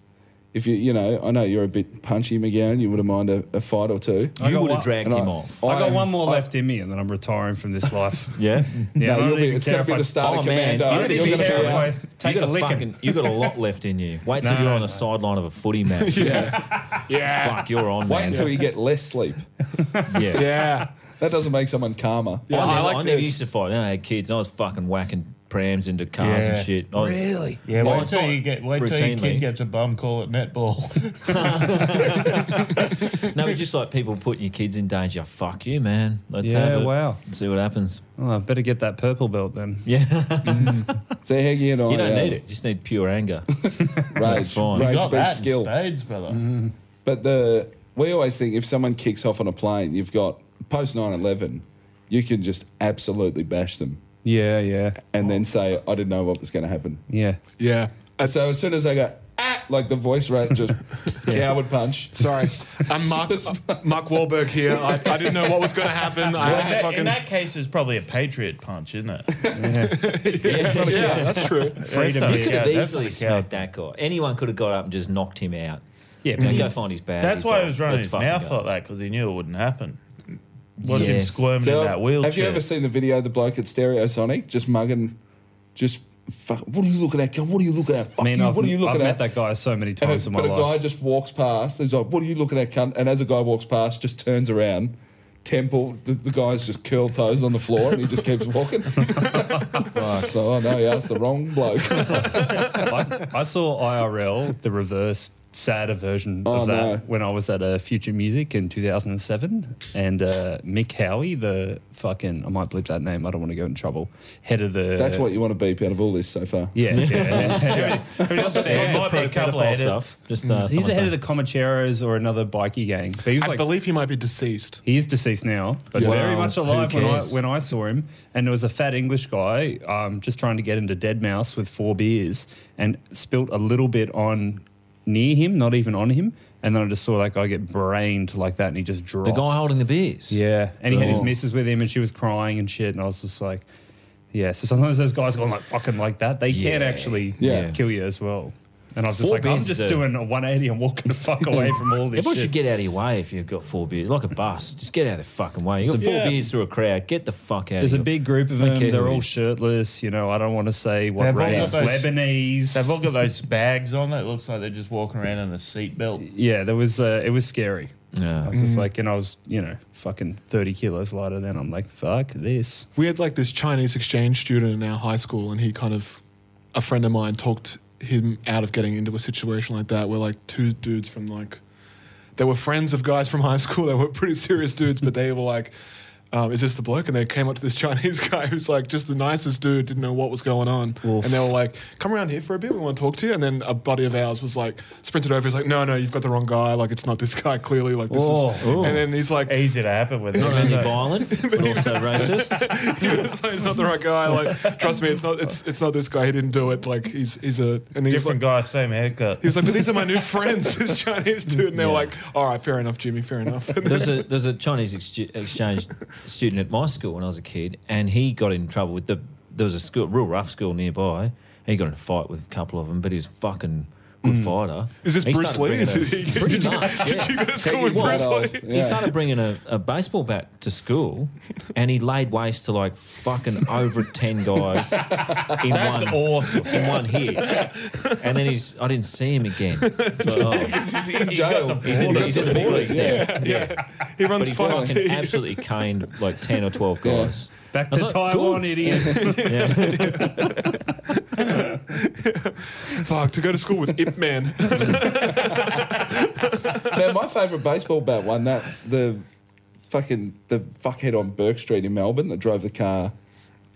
Speaker 7: if you, you know, I know you're a bit punchy, McGowan. You would have mind a, a fight or two.
Speaker 5: I got one-
Speaker 7: And I-
Speaker 5: I got
Speaker 7: am-
Speaker 5: one more
Speaker 7: I-
Speaker 5: left in me, and then I'm retiring from this life.
Speaker 8: <laughs> Yeah.
Speaker 5: Yeah, I
Speaker 7: <laughs> No,
Speaker 5: don't
Speaker 7: you'll be-
Speaker 5: even
Speaker 7: it's
Speaker 5: care
Speaker 7: gonna
Speaker 5: if
Speaker 7: be
Speaker 5: I-
Speaker 7: the start
Speaker 8: Oh
Speaker 7: of
Speaker 8: man,
Speaker 7: Commando.
Speaker 8: you
Speaker 7: You're
Speaker 8: don't even
Speaker 7: gonna
Speaker 8: care
Speaker 7: be
Speaker 8: if
Speaker 7: out.
Speaker 8: I take a licking. You got a lot left in you. Wait <laughs> till
Speaker 5: No,
Speaker 8: you're on
Speaker 5: no.
Speaker 8: the sideline of a footy match.
Speaker 7: Yeah.
Speaker 8: <laughs> yeah. Fuck, you're on.
Speaker 7: Wait
Speaker 8: man.
Speaker 7: until you get less sleep.
Speaker 8: Yeah.
Speaker 7: yeah. That doesn't make someone calmer.
Speaker 8: I, never, I never used to fight. I had kids. I was fucking whacking prams into cars and
Speaker 11: Yeah.
Speaker 8: shit. I was-
Speaker 11: Yeah,
Speaker 8: Well,
Speaker 11: wait till you get wait till your
Speaker 8: routinely.
Speaker 11: kid gets a bum call at netball.
Speaker 8: No, but just like people putting your kids in danger. Fuck you, man. Let's
Speaker 5: Yeah,
Speaker 8: have it.
Speaker 5: wow.
Speaker 8: See what happens.
Speaker 5: Oh, I better get that purple belt then.
Speaker 8: Yeah.
Speaker 7: So Heggy and I.
Speaker 8: You don't
Speaker 7: uh,
Speaker 8: need it. Just need pure <laughs> anger. That's
Speaker 7: Rage,
Speaker 8: fine.
Speaker 7: rage
Speaker 11: You
Speaker 7: beats
Speaker 11: got that in
Speaker 7: skill.
Speaker 11: spades, brother.
Speaker 9: Mm-hmm.
Speaker 7: But the we always think if someone kicks off on a plane, you've got post 9-11, you can just absolutely bash them
Speaker 5: Yeah, yeah,
Speaker 7: and then say, I didn't know what was going to happen.
Speaker 5: yeah.
Speaker 6: Yeah.
Speaker 11: Uh,
Speaker 7: And so as soon as I go, ah, like the voice rate
Speaker 11: <laughs>
Speaker 7: just coward punch. <laughs>
Speaker 6: Sorry. I'm Mark, <laughs> Mark Wahlberg here. I, I didn't know what was going to happen. I had
Speaker 11: Well, in,
Speaker 6: to
Speaker 11: that,
Speaker 6: fucking-
Speaker 11: in that case, it's probably a patriot punch, isn't it?
Speaker 8: <laughs>
Speaker 6: yeah, that's true.
Speaker 11: Freedom.
Speaker 8: You could have easily smacked that guy. Anyone could have got up and just knocked him out.
Speaker 5: Yeah,
Speaker 8: Now
Speaker 5: but
Speaker 8: go find his bag.
Speaker 11: That's
Speaker 8: He's
Speaker 11: why
Speaker 8: like,
Speaker 11: he was running
Speaker 8: "Let's
Speaker 11: his
Speaker 8: fucking
Speaker 11: mouth
Speaker 8: go."
Speaker 11: like that because he knew it wouldn't happen. Watch him
Speaker 8: Yes.
Speaker 11: squirming
Speaker 7: So,
Speaker 11: in that wheelchair.
Speaker 7: Have you ever seen the video of the bloke at Stereosonic just mugging, just fuck, what are you looking at? What are you looking at?
Speaker 5: I
Speaker 7: Fuck
Speaker 5: mean,
Speaker 7: you,
Speaker 5: I've,
Speaker 7: what are you
Speaker 5: I've
Speaker 7: looking
Speaker 5: met
Speaker 7: at?
Speaker 5: that guy so many
Speaker 7: And
Speaker 5: times
Speaker 7: a,
Speaker 5: in
Speaker 7: but
Speaker 5: my
Speaker 7: a guy
Speaker 5: life.
Speaker 7: just walks past. He's like, "What are you looking at, cunt?" And as a guy walks past, just turns around. Temple, the, the guy's just curl toes on the floor, and he just keeps walking. <laughs> so, oh no, he asked the wrong bloke.
Speaker 5: I, I saw IRL, the reverse sadder version
Speaker 7: Oh,
Speaker 5: of that,
Speaker 7: no.
Speaker 5: when I was at uh, Future Music in 2007. And uh, Mick Howie, the fucking, I might bleep that name, I don't want to go in trouble, head of the.
Speaker 7: That's what you want to beep out of all this so far.
Speaker 5: Yeah,
Speaker 7: <laughs>
Speaker 5: yeah.
Speaker 11: There might be a couple
Speaker 8: Pedophile
Speaker 11: of edits.
Speaker 8: stuff. Just, uh,
Speaker 5: He's
Speaker 8: someone
Speaker 5: the head
Speaker 8: say-
Speaker 5: of the Comancheros or another bikie gang. But he was
Speaker 6: I
Speaker 5: like,
Speaker 6: believe he might be deceased.
Speaker 5: he is deceased now, but
Speaker 7: Yeah.
Speaker 5: very
Speaker 7: Wow,
Speaker 5: much
Speaker 8: who
Speaker 5: alive when I
Speaker 8: cares?
Speaker 5: when I saw him. And there was a fat English guy um, just trying to get into Dead Mouse with four beers and spilt a little bit on near him, not even on him. And then I just saw that guy get brained like that, and he just dropped.
Speaker 8: The guy holding the beers.
Speaker 5: Yeah, and he had his
Speaker 7: Oh.
Speaker 5: missus with him, and she was crying and shit, and I was just like. Yeah, so sometimes those guys going like fucking like that, they can
Speaker 8: Yeah.
Speaker 5: actually
Speaker 7: Yeah.
Speaker 5: kill you as well. And I was just
Speaker 8: Four
Speaker 5: like, I'm
Speaker 8: beers
Speaker 5: just
Speaker 8: is a-
Speaker 5: doing a 180 and walking the
Speaker 8: <laughs>
Speaker 5: fuck away from all this.
Speaker 8: Everyone
Speaker 5: shit.
Speaker 8: should get out of your way if you've got four beers. Like
Speaker 5: <laughs>
Speaker 8: a bus. Just get out of the fucking way. You've got four
Speaker 6: Yeah.
Speaker 8: beers through a crowd. Get the fuck out
Speaker 5: There's a
Speaker 8: of
Speaker 5: big group of
Speaker 8: Don't
Speaker 5: them.
Speaker 8: care
Speaker 5: They're
Speaker 8: who it
Speaker 5: all
Speaker 8: is.
Speaker 5: shirtless. You know, I don't want to say what
Speaker 11: They've all
Speaker 5: race.
Speaker 11: got those-
Speaker 5: Lebanese.
Speaker 11: They've all got those bags on. It looks like they're just walking around in a seatbelt.
Speaker 5: yeah, there was. Uh, it was scary. I
Speaker 8: Yeah.
Speaker 5: was just like, and I was, you know, fucking 30 kilos lighter then. I'm like, fuck this.
Speaker 6: We had like this Chinese exchange student in our high school, and he kind of, a friend of mine talked him out of getting into a situation like that where like two dudes from like, they were friends of guys from high school. They were pretty serious dudes, but they were like, um, is this the bloke? And they came up to this Chinese <laughs> guy who's like just the nicest dude, didn't know what was going on. And they were like, come around here for a bit, we want to talk to you. And then a buddy of ours was like, sprinted over. He's like, no, no, you've got the wrong guy. Like, it's not this guy, clearly. Like, this is. And then he's like,
Speaker 11: Easy to
Speaker 8: <clears throat>
Speaker 11: happen with them.
Speaker 5: <laughs>
Speaker 8: Not only violent, but also racist.
Speaker 6: <laughs> he was like, he's not the right guy. Like, trust me, it's not. It's it's not this guy. He didn't do it. Like, he's he's a and he was
Speaker 11: Different
Speaker 6: like,
Speaker 11: guy, same haircut.
Speaker 6: He was like, but these are my new friends. <laughs> This Chinese dude, and they were
Speaker 8: Yeah.
Speaker 6: like, all right, fair enough, Jimmy, fair enough. And
Speaker 8: There's a there's a Chinese extu- exchange student at my school when I was a kid, and he got in trouble with the there was a school real rough school nearby. And he got in a fight with a couple of them, but he was fucking good
Speaker 5: Hmm.
Speaker 8: fighter.
Speaker 6: Is this
Speaker 8: He
Speaker 6: Bruce
Speaker 8: started
Speaker 6: Lee?
Speaker 8: bringing
Speaker 6: Is
Speaker 8: a-
Speaker 6: it-
Speaker 8: <laughs> pretty
Speaker 6: did you-
Speaker 8: much.
Speaker 6: <laughs> did
Speaker 8: yeah.
Speaker 6: you go to school
Speaker 8: He
Speaker 6: with
Speaker 8: was.
Speaker 6: Bruce Lee?
Speaker 8: He started bringing a, a baseball bat to school, and he laid waste to like fucking over ten guys in
Speaker 11: That's
Speaker 8: one
Speaker 11: awesome.
Speaker 8: in one hit. And then he's I didn't see him again. So, oh,
Speaker 7: He's in
Speaker 11: You got the
Speaker 7: jail.
Speaker 8: he's in, the- he's in the big leagues now.
Speaker 6: he
Speaker 8: But
Speaker 6: runs
Speaker 8: he
Speaker 6: five
Speaker 8: fucking
Speaker 6: T.
Speaker 8: absolutely caned like 10 or 12 guys.
Speaker 5: Back
Speaker 8: I was
Speaker 5: to
Speaker 8: like,
Speaker 5: Taiwan,
Speaker 8: good.
Speaker 5: idiot.
Speaker 8: Yeah.
Speaker 6: Fuck to go to school with Ip Man.
Speaker 7: Man, my favourite baseball bat won that the fucking the fuckhead on Burke Street in Melbourne that drove the car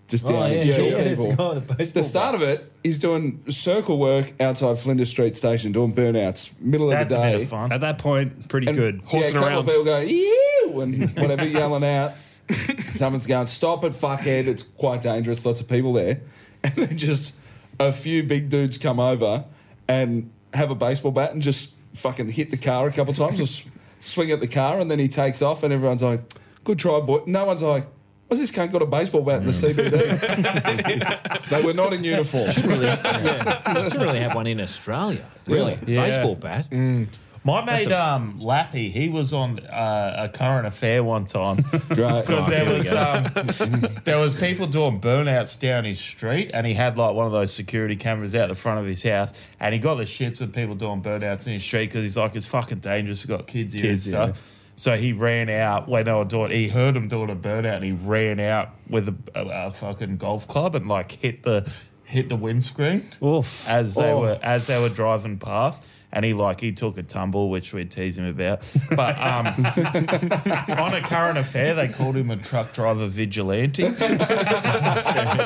Speaker 7: just
Speaker 8: Oh,
Speaker 7: down
Speaker 8: yeah,
Speaker 7: and kill
Speaker 8: yeah, it's
Speaker 7: people.
Speaker 8: got a
Speaker 7: the
Speaker 8: baseball
Speaker 7: start of it, he's doing circle work outside Flinders Street Station, doing burnouts, middle
Speaker 5: That's
Speaker 7: of
Speaker 5: a
Speaker 7: the day.
Speaker 5: bit of fun. At that point, pretty
Speaker 7: And,
Speaker 5: good.
Speaker 7: yeah, a couple of people going, ew, and whatever, yelling out. Someone's going, stop it, fuckhead. It's quite dangerous. Lots of people there. And then just a few big dudes come over and have a baseball bat and just fucking hit the car a couple times or s- swing at the car. And then he takes off and everyone's like, good try, boy. No one's like, what's this cunt got a baseball bat in the CBD? they were not in uniform.
Speaker 8: I should really have one in Australia. Really?
Speaker 11: Yeah.
Speaker 8: Baseball bat?
Speaker 11: My
Speaker 8: That's
Speaker 11: mate
Speaker 8: a-
Speaker 11: um, Lappy, he was on uh, a current affair one
Speaker 8: <laughs>
Speaker 11: time
Speaker 7: Right.
Speaker 11: because
Speaker 7: Oh,
Speaker 11: there
Speaker 7: here we
Speaker 11: was
Speaker 7: go.
Speaker 11: um,
Speaker 7: <laughs>
Speaker 11: there was people doing burnouts down his street, and he had like one of those security cameras out the front of his house, and he got the shits with people doing burnouts in his street because he's like, it's fucking dangerous. We got kids here
Speaker 5: Kids,
Speaker 11: and stuff. So he ran out when they were doing. He heard them doing a burnout, and he ran out with a, a, a fucking golf club and like hit the hit the windscreen as they
Speaker 5: Oh.
Speaker 11: were as they were driving past. And he like he took a tumble, which we tease him about. But
Speaker 7: <laughs>
Speaker 11: um, on a current affair, they called him a truck driver vigilante.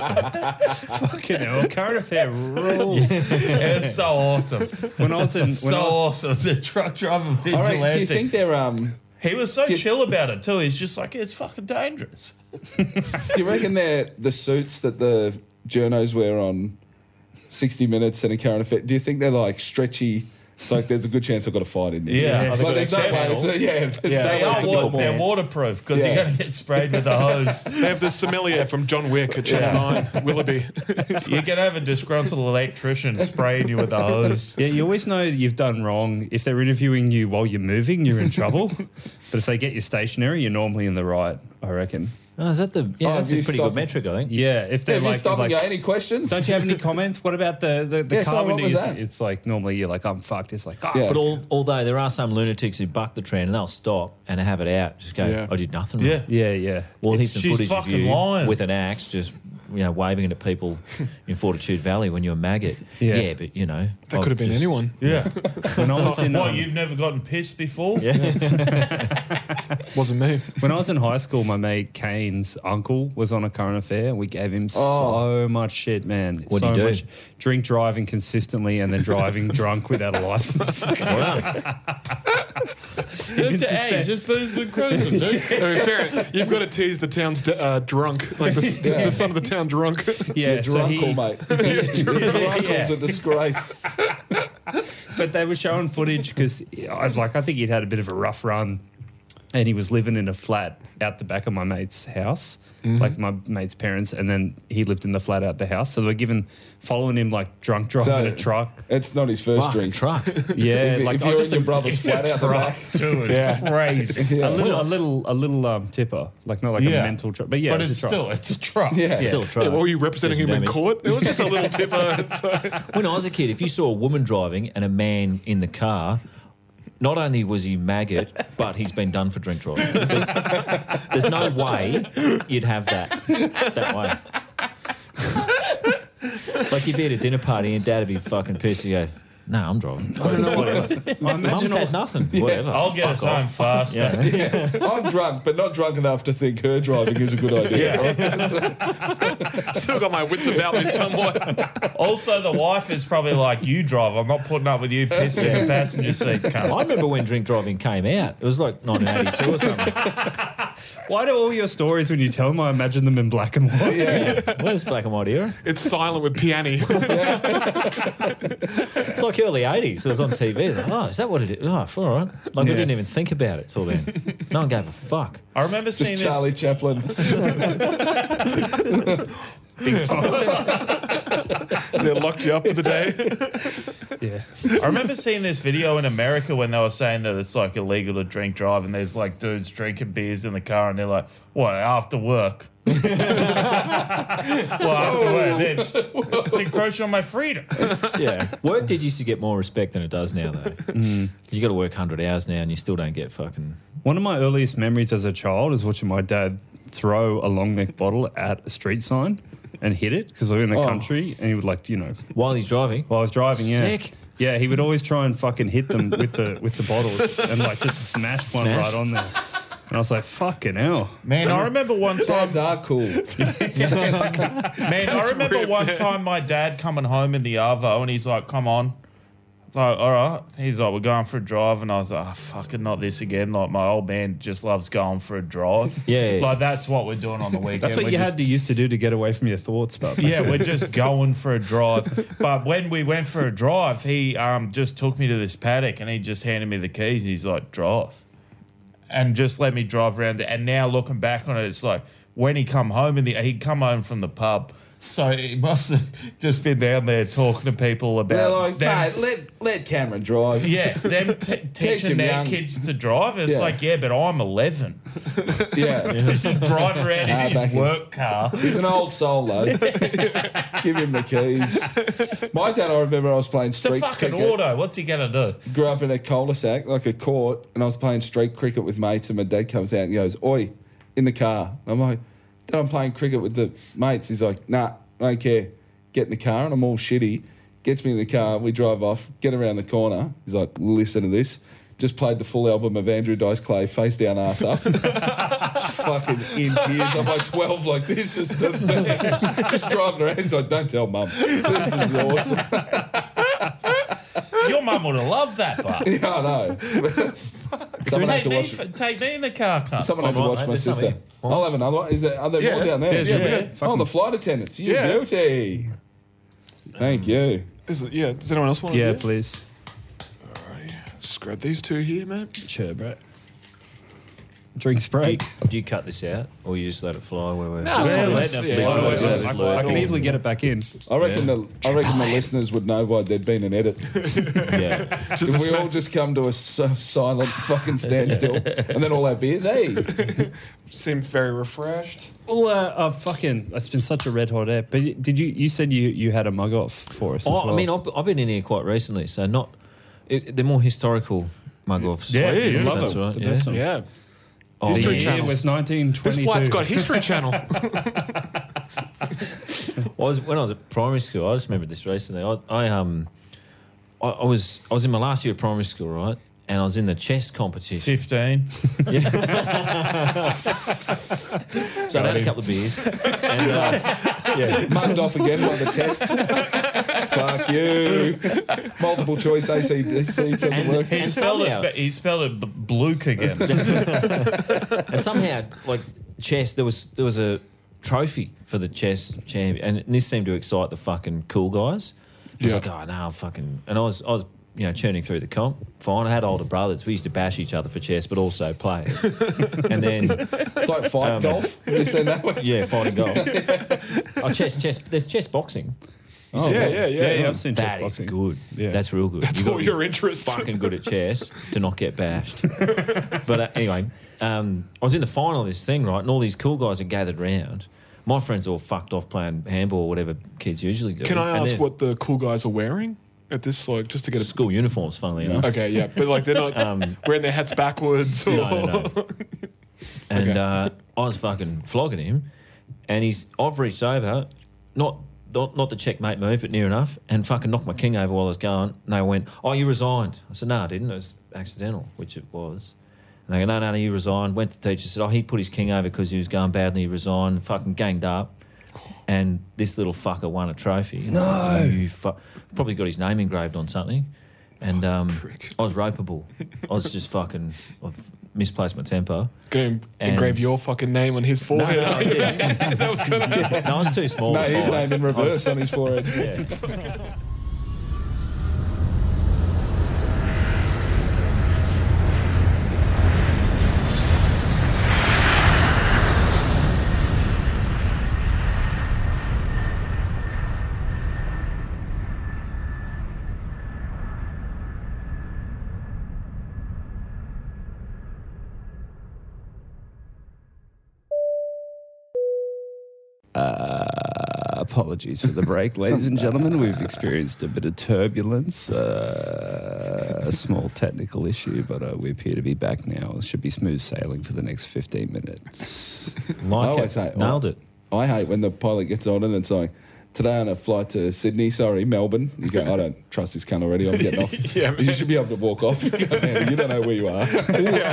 Speaker 5: Fucking hell, current affair rules.
Speaker 11: it's so awesome.
Speaker 5: When I was in- when
Speaker 11: so
Speaker 5: I-
Speaker 11: awesome, the truck driver
Speaker 7: All
Speaker 11: vigilante.
Speaker 7: right, do you think they're um?
Speaker 11: he was so chill about it too. He's just like it's fucking dangerous.
Speaker 7: Do you reckon they're the suits that the journos wear on 60 Minutes and a current affair? Do you think they're like stretchy? It's like there's a good chance I've got a fight in this.
Speaker 11: Yeah.
Speaker 7: Like,
Speaker 11: Yeah.
Speaker 7: there's no way. It's a, yeah, it's
Speaker 11: Yeah.
Speaker 7: no
Speaker 11: They
Speaker 7: way
Speaker 11: are
Speaker 7: it's a
Speaker 11: wa-
Speaker 7: normal-
Speaker 11: they're waterproof because
Speaker 7: Yeah.
Speaker 11: you're gonna get sprayed with a hose.
Speaker 6: They have the sommelier from John Wick at Channel 9, Willoughby.
Speaker 11: you're gonna have a disgruntled electrician spraying you with a hose.
Speaker 5: Yeah, you always know that you've done wrong. If they're interviewing you while you're moving, you're in trouble. but if they get you stationary, you're normally in the right, I reckon.
Speaker 8: Oh, is that the. Yeah,
Speaker 7: Oh,
Speaker 8: that's a
Speaker 7: you
Speaker 8: pretty
Speaker 7: stop-
Speaker 8: good metric, I think.
Speaker 5: Yeah, if they're
Speaker 7: Have you
Speaker 5: like,
Speaker 7: stopped
Speaker 5: like
Speaker 7: and go, any questions?
Speaker 5: don't you have any comments? What about the, the, the
Speaker 7: Yeah, so what
Speaker 5: carbon
Speaker 7: was
Speaker 5: use?
Speaker 7: that?
Speaker 5: It's like normally you're like, I'm fucked. It's like, ah,
Speaker 7: Yeah.
Speaker 8: But all, although there are some lunatics who buck the trend and they'll stop and have it out, just go,
Speaker 6: Yeah.
Speaker 8: I did nothing wrong.
Speaker 11: Yeah.
Speaker 5: yeah, yeah.
Speaker 8: Well, here's some
Speaker 11: She's
Speaker 8: footage of
Speaker 11: fucking
Speaker 8: you
Speaker 11: lying.
Speaker 8: with an axe, just you know, waving it at people in Fortitude Valley when you're a maggot.
Speaker 5: Yeah.
Speaker 8: Yeah, but you know,
Speaker 6: That
Speaker 8: I've
Speaker 6: could have been
Speaker 8: just- <laughs>
Speaker 6: anyone.
Speaker 11: Yeah.
Speaker 5: When I <laughs> was in,
Speaker 11: what,
Speaker 5: um,
Speaker 11: you've never gotten pissed before?
Speaker 8: Yeah,
Speaker 6: Wasn't me.
Speaker 5: When I was in high school, my mate Kane's uncle was on a current affair, and we gave him so much shit, man.
Speaker 8: What'd
Speaker 5: so
Speaker 8: he do?
Speaker 5: Much drink driving consistently, and then driving drunk without a license. <laughs>
Speaker 11: Just, hey, he's just boozing and cruising, dude.
Speaker 6: I mean, fair, you've got to tease the town's d- uh, drunk, like the, s the son of the town drunk.
Speaker 5: <laughs> yeah,
Speaker 7: Your
Speaker 5: so
Speaker 7: drunkle,
Speaker 5: he,
Speaker 7: mate. <laughs> Your drunkle's
Speaker 5: Yeah.
Speaker 7: a disgrace.
Speaker 5: but they were showing footage because I like I think he'd had a bit of a rough run, and he was living in a flat out the back of my mate's house,
Speaker 7: Mm-hmm.
Speaker 5: like my mate's parents, and then he lived in the flat out the house. So they were given following him like drunk driving
Speaker 7: So-
Speaker 5: a truck.
Speaker 7: It's not his first
Speaker 8: fucking
Speaker 7: drink.
Speaker 11: <laughs>
Speaker 8: truck.
Speaker 5: Yeah,
Speaker 7: <laughs> if,
Speaker 5: like
Speaker 7: if
Speaker 5: I
Speaker 7: you're in
Speaker 5: just
Speaker 7: your brother's flat out the back.
Speaker 11: Dude, it's crazy.
Speaker 7: <laughs>
Speaker 5: a
Speaker 7: Yeah.
Speaker 5: little, a little, a little um, tipper, like not like
Speaker 11: Yeah.
Speaker 5: a mental trip, but yeah,
Speaker 11: but
Speaker 5: it was
Speaker 11: it's
Speaker 5: a truck.
Speaker 11: still, it's a truck.
Speaker 7: Yeah.
Speaker 8: Still a truck.
Speaker 6: Yeah, well, were you representing
Speaker 8: Doesn't
Speaker 6: him in
Speaker 8: damage.
Speaker 6: court? It was just a little uh, tipper. So.
Speaker 8: When I was a kid, if you saw a woman driving and a man in the car, not only was he maggot, but he's been done for drink driving. There's, there's no way you'd have that that way. Like you'd be at a dinner party and dad'd be fucking pissed. You go, "No, I'm driving." I don't know Mum's had nothing. Whatever.
Speaker 11: I'll get us home faster.
Speaker 7: <laughs> I'm drunk, but not drunk enough to think her driving is a good idea.
Speaker 6: Still got my wits about me somewhat.
Speaker 11: Also, the wife is probably like, you drive. I'm not putting up with you pissing
Speaker 7: <laughs>
Speaker 11: in the passenger seat, cunt.
Speaker 8: I remember when drink driving came out. It was like 1982 or something.
Speaker 5: Why do all your stories when you tell them, I imagine them in black and white?
Speaker 8: Where's black and white era?
Speaker 6: It's silent with Piani.
Speaker 8: It's like early 80s. It was on TV. It's like, oh, is that what it is? Oh, all right. Like, we didn't even think about it till then. No one gave a fuck.
Speaker 11: I remember seeing
Speaker 7: Just
Speaker 11: this.
Speaker 7: Charlie Chaplin.
Speaker 6: they locked you up for the <laughs> day.
Speaker 5: Yeah.
Speaker 11: I remember seeing this video in America when they were saying that it's like illegal to drink drive, and there's like dudes drinking beers in the car, and they're like, "What
Speaker 7: <laughs>
Speaker 11: after work?" <laughs> well, after work, it's, it's encroaching on my freedom.
Speaker 8: Yeah. Work did used to get more respect than it does now, though. You got to work 100 hours now and you still don't get fucking.
Speaker 5: One of my earliest memories as a child is watching my dad throw a long neck bottle at a street sign and hit it because we were in the country and he would like, you know,
Speaker 8: While he's driving.
Speaker 5: while I was driving, yeah.
Speaker 8: Sick.
Speaker 5: Yeah, he would always try and fucking hit them with the with the bottles and like just smash one
Speaker 8: Smash?
Speaker 5: right on there. And I was like, fucking hell.
Speaker 11: Man, I remember one time.
Speaker 7: Dads are cool.
Speaker 11: Man, I remember one time my dad coming home in the Arvo and he's like, come on. Like, all right. He's like, we're going for a drive. And I was like, oh, fucking not this again. Like, my old man just loves going for a drive.
Speaker 8: Yeah, yeah.
Speaker 11: Like, that's what we're doing on the
Speaker 5: <laughs>
Speaker 11: weekend.
Speaker 5: That's
Speaker 11: We're
Speaker 5: what you
Speaker 11: just-
Speaker 5: had to used to do to get away from your thoughts, but
Speaker 11: yeah, we're just going for a drive. But when we went for a drive, he um, just took me to this paddock and he just handed me the keys and he's like, drive. And just let me drive around it. And now looking back on it, it's like when he come home in the he'd come home from the pub. So he must have just been down there talking to people
Speaker 7: They're
Speaker 11: about
Speaker 7: like,
Speaker 11: them-
Speaker 7: mate, let, let Cameron drive.
Speaker 11: yeah, them t- teaching
Speaker 7: him
Speaker 11: their
Speaker 7: young.
Speaker 11: kids to drive. It's
Speaker 7: Yeah.
Speaker 11: like, yeah, but I'm 11.
Speaker 7: Yeah. <laughs>
Speaker 11: Drive
Speaker 7: Ah,
Speaker 11: around in
Speaker 7: back
Speaker 11: his
Speaker 7: in.
Speaker 11: work car.
Speaker 7: He's an old soul, though. Give him the keys. My dad, I remember I was playing
Speaker 11: It's a
Speaker 7: street
Speaker 11: fucking
Speaker 7: cricket.
Speaker 11: auto. What's he gonna do?
Speaker 7: Grew up in a cul-de-sac, like a court, and I was playing street cricket with mates, and my dad comes out and goes, Oi, in the car. And I'm like, Dad, I'm playing cricket with the mates. He's like, Nah, I don't care. Get in the car, and I'm all shitty. Gets me in the car, we drive off, get around the corner. He's like, Listen to this. Just played the full album of Andrew Dice Clay, face down, ass up. fucking in tears. I'm like 12, like this is the best. Just driving around. He's like, don't tell mum. This is awesome. <laughs>
Speaker 11: Your mum would have loved that, but
Speaker 7: Yeah, I know. <laughs> That's- someone had
Speaker 11: take
Speaker 7: to
Speaker 11: me,
Speaker 7: watch.
Speaker 11: for, take me in the car, cunt.
Speaker 7: Someone had to
Speaker 8: Alright,
Speaker 7: watch my
Speaker 8: mate, there's
Speaker 7: sister.
Speaker 8: something.
Speaker 7: I'll have another one. Is there? Are there
Speaker 6: Yeah.
Speaker 7: more down there?
Speaker 6: There's- Yeah. yeah.
Speaker 7: Oh, the flight attendants. You
Speaker 6: Yeah.
Speaker 7: beauty. Thank you.
Speaker 6: Is it, yeah. Does anyone else want?
Speaker 5: Yeah,
Speaker 6: to
Speaker 5: please.
Speaker 6: Just grab these two here, man.
Speaker 5: Sure, bro. Drink spray.
Speaker 8: Do you cut this out or you just let it fly where we're
Speaker 6: No,
Speaker 8: just-
Speaker 6: no,
Speaker 8: just
Speaker 6: let
Speaker 8: let
Speaker 6: it
Speaker 8: it
Speaker 6: fly.
Speaker 8: fly.
Speaker 6: Let it
Speaker 8: Let it
Speaker 5: I,
Speaker 8: fly.
Speaker 5: can easily get it back in.
Speaker 7: I reckon the I reckon the listeners would know why there'd been
Speaker 6: <laughs>
Speaker 7: an edit.
Speaker 8: Yeah.
Speaker 7: if we all just come to a s- silent fucking standstill, and then all our beers, hey,
Speaker 6: Seem very refreshed.
Speaker 5: Well, uh, oh, fucking, it's been such a red hot air. But y- did you? You said you you had a mug off for us. as
Speaker 8: Oh, I
Speaker 5: well.
Speaker 8: mean, I've, I've been in here quite recently, so not. It, they're more historical mug offs.
Speaker 11: Yeah,
Speaker 8: Like,
Speaker 11: you
Speaker 8: if
Speaker 11: love
Speaker 8: that's
Speaker 5: them.
Speaker 8: right,
Speaker 5: The
Speaker 8: yeah.
Speaker 5: best one.
Speaker 6: Yeah.
Speaker 8: Oh,
Speaker 5: the
Speaker 6: History
Speaker 8: yeah.
Speaker 5: year
Speaker 6: Channel.
Speaker 5: was 1922.
Speaker 6: This flight's got History Channel.
Speaker 8: I was when I was at primary school. I just remember this recently. I, I um, I, I was I was in my last year of primary school, right? And I was in the chess competition.
Speaker 11: 15.
Speaker 8: So I had a couple of beers. and, uh,
Speaker 7: mugged off again by the test. Fuck you. Multiple choice ACDC doesn't work.
Speaker 11: He spelled
Speaker 8: somehow-
Speaker 11: it. He spelled it b- Bluke again.
Speaker 8: and somehow, like chess, there was there was a trophy for the chess champion, and this seemed to excite the fucking cool guys. I
Speaker 6: Yeah.
Speaker 8: was like, oh no, I'm fucking, and I was I was you know churning through the comp. Fine, I had older brothers. We used to bash each other for chess, but also play. it. and then
Speaker 7: It's like fight golf. Have you seen that one?
Speaker 8: yeah, fighting golf. oh, chess, chess. There's chess boxing.
Speaker 7: Oh,
Speaker 6: yeah,
Speaker 7: right.
Speaker 6: yeah, yeah.
Speaker 5: Yeah, yeah, I've seen chess
Speaker 8: That is
Speaker 5: boxing.
Speaker 8: good.
Speaker 5: Yeah.
Speaker 8: That's
Speaker 6: <laughs>
Speaker 8: real good. That's
Speaker 6: All your interest.
Speaker 8: fucking good at chess to not
Speaker 6: <laughs>
Speaker 8: get bashed. but uh, anyway, um, I was in the final of this thing, right? And all these cool guys are gathered round. My friends all fucked off playing handball or whatever kids usually do.
Speaker 6: Can I
Speaker 8: And
Speaker 6: ask
Speaker 8: they're
Speaker 6: what the cool guys are wearing at this? Like, just to get a.
Speaker 8: school uniforms? Funnily enough,
Speaker 6: Okay, yeah, but like they're
Speaker 8: <laughs>
Speaker 6: not
Speaker 8: Um,
Speaker 6: wearing their hats backwards. Or, <laughs>
Speaker 8: No, no, no. and uh, I was fucking flogging him, and he's I've reached over, not. Not, not the checkmate move, but near enough, and fucking knocked my king over while I was going. And they went, "Oh, you resigned." I said, "No, I didn't. It was accidental," which it was. And they go, "No, no, no, you resigned." Went to the teacher, said, "Oh, he put his king over because he was going bad, and he resigned." Fucking ganged up, and this little fucker won a trophy. And no, you fu- probably got his name engraved on something. And um, I was ropeable. I was just fucking. I've misplaced my temper.
Speaker 6: Gonna
Speaker 8: And-
Speaker 6: engrave your fucking name on his forehead. <laughs> Is that what's gonna happen?
Speaker 8: <laughs> No, I was too small.
Speaker 7: No,
Speaker 8: to
Speaker 7: his
Speaker 8: follow.
Speaker 7: name in reverse on his forehead.
Speaker 5: Uh, Apologies for the break, ladies and gentlemen. We've experienced a bit of turbulence, uh, a small technical issue, but uh, we appear to be back now. It should be smooth sailing for the next 15 minutes.
Speaker 8: Like
Speaker 7: I
Speaker 8: it.
Speaker 7: always say,
Speaker 8: Nailed it.
Speaker 7: I hate when the pilot gets on and it's like, Today on a flight to Sydney, sorry, Melbourne. You go, I don't trust this cunt already. I'm getting off.
Speaker 6: Yeah,
Speaker 7: you should be able to walk off. <laughs> You go, "Man, you don't know where you are.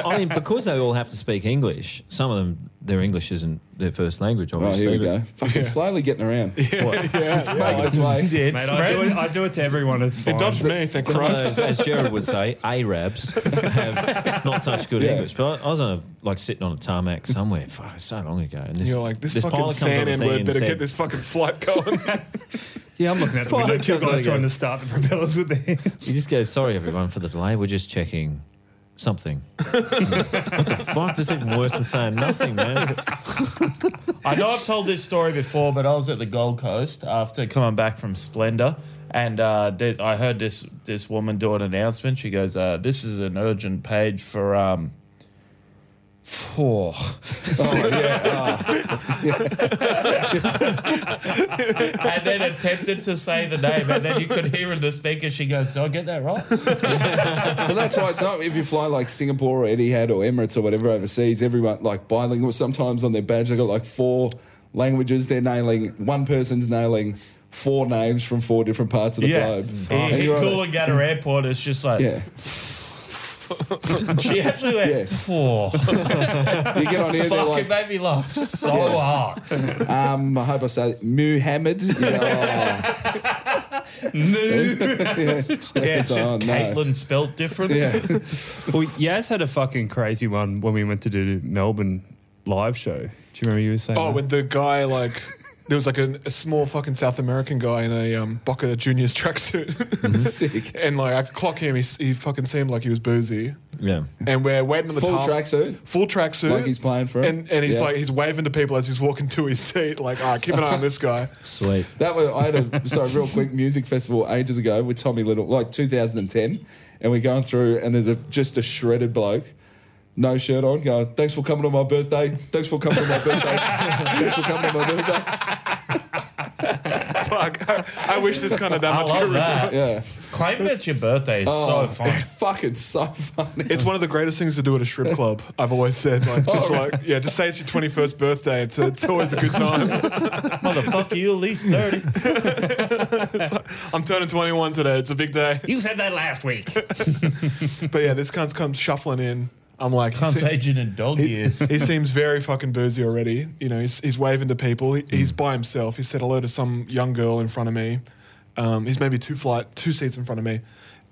Speaker 8: I mean, because they all have to speak English, some of them, their English isn't their first language,
Speaker 7: Oh, here we
Speaker 8: obviously. but-
Speaker 7: go. Fucking slowly getting around.
Speaker 8: What?
Speaker 7: It's making <laughs> its way.
Speaker 6: Yeah, it's
Speaker 5: Mate, I do, it,
Speaker 6: spreading.
Speaker 5: I do it to everyone. It's fine.
Speaker 6: It dodged me, thank
Speaker 8: Some of
Speaker 6: Christ.
Speaker 8: those, <laughs> as Jared would say, Arabs have not such good
Speaker 7: Yeah.
Speaker 8: English. But I, I was on a, like sitting on a tarmac somewhere fuck, so long ago, and
Speaker 6: <laughs>
Speaker 8: this,
Speaker 6: You're like, this,
Speaker 8: pilot
Speaker 6: fucking
Speaker 8: comes on the
Speaker 6: sand
Speaker 8: thing
Speaker 6: word
Speaker 8: and
Speaker 6: better
Speaker 8: said-
Speaker 6: get this fucking flight going.
Speaker 5: Yeah, I'm <laughs> looking at the window. Two guys trying to start the propellers with their
Speaker 8: He
Speaker 5: hands.
Speaker 8: just goes, "Sorry, everyone, for the delay. We're just checking something." <laughs> what the fuck? That's even worse than saying nothing, man. <laughs>
Speaker 11: I know I've told this story before, but I was at the Gold Coast after coming back from Splendor, and uh, there's, I heard this this woman do an announcement. She goes, uh, "This is an urgent page for um." For
Speaker 7: Oh,
Speaker 11: <laughs> and then attempted to say the name, and then you could hear in the speaker. She goes, "Did I get that right?"
Speaker 7: but that's why it's not. If you fly like Singapore or Etihad or Emirates or whatever overseas, everyone like bilingual. Sometimes on their badge, they got like four languages. They're nailing one person's nailing four names from four different parts of the
Speaker 11: Yeah,
Speaker 7: globe.
Speaker 11: he,
Speaker 7: And
Speaker 11: he
Speaker 7: you're
Speaker 11: cool
Speaker 7: like,
Speaker 11: and Gator Airport. It's just like
Speaker 7: yeah,
Speaker 11: she actually went.
Speaker 7: Yeah.
Speaker 11: "Phew."
Speaker 7: you get on here. They're
Speaker 11: Fuck, it
Speaker 7: like,
Speaker 11: made me laugh so hard.
Speaker 7: um, I hope I say Muhammad. You
Speaker 11: <laughs>
Speaker 7: know, oh,
Speaker 11: Yeah, it's
Speaker 7: Oh,
Speaker 11: just
Speaker 7: no.
Speaker 11: Caitlin spelt different.
Speaker 7: yeah. <laughs>
Speaker 5: Well, Yaz had a fucking crazy one when we went to do Melbourne live show. Do you remember you were saying?
Speaker 6: Oh,
Speaker 5: that?
Speaker 6: when the guy like there was like a, a small fucking South American guy in a um, Boca Juniors tracksuit, <laughs>
Speaker 7: Sick.
Speaker 6: and like I could clock him. He, s- he fucking seemed like he was boozy.
Speaker 8: Yeah.
Speaker 6: And we're waiting on the
Speaker 7: Full
Speaker 6: tar-
Speaker 7: tracksuit?
Speaker 6: full tracksuit,
Speaker 7: Like he's playing for it?
Speaker 6: And and he's
Speaker 7: Yeah.
Speaker 6: like he's waving to people as he's walking to his seat. Like, all right, keep an eye on this
Speaker 11: <laughs>
Speaker 6: guy.
Speaker 8: Sweet.
Speaker 7: That was I had a sorry, real quick music festival ages ago with Tommy Little, like 2010, and we're going through, and there's a just a shredded bloke, no shirt on, going, "Thanks for coming to my birthday. Thanks for coming to my birthday. Thanks for coming to my birthday."
Speaker 6: Fuck, I, <laughs> I wish this kind of that
Speaker 11: I
Speaker 6: much.
Speaker 11: love that.
Speaker 7: Yeah,
Speaker 11: Claiming it's your birthday is
Speaker 7: Oh,
Speaker 11: so fun.
Speaker 7: It's fucking so funny.
Speaker 6: It's one of the greatest things to do at a strip club. I've always said, like,
Speaker 7: Oh.
Speaker 6: just like, yeah, just say it's your twenty first birthday. It's, it's always a good
Speaker 7: <laughs>
Speaker 6: time.
Speaker 11: Motherfucker, you at least 30.
Speaker 6: I'm turning twenty one today. It's a big day.
Speaker 3: You said that last
Speaker 7: <laughs>
Speaker 3: week.
Speaker 6: But yeah, this cunt comes shuffling in. I'm like, he, se-
Speaker 11: Contagion in dog years.
Speaker 6: <laughs> he seems very fucking boozy already. You know, he's, he's waving to people. He, He's by himself. He said hello to some young girl in front of me. Um, he's maybe two flight, two seats in front of me,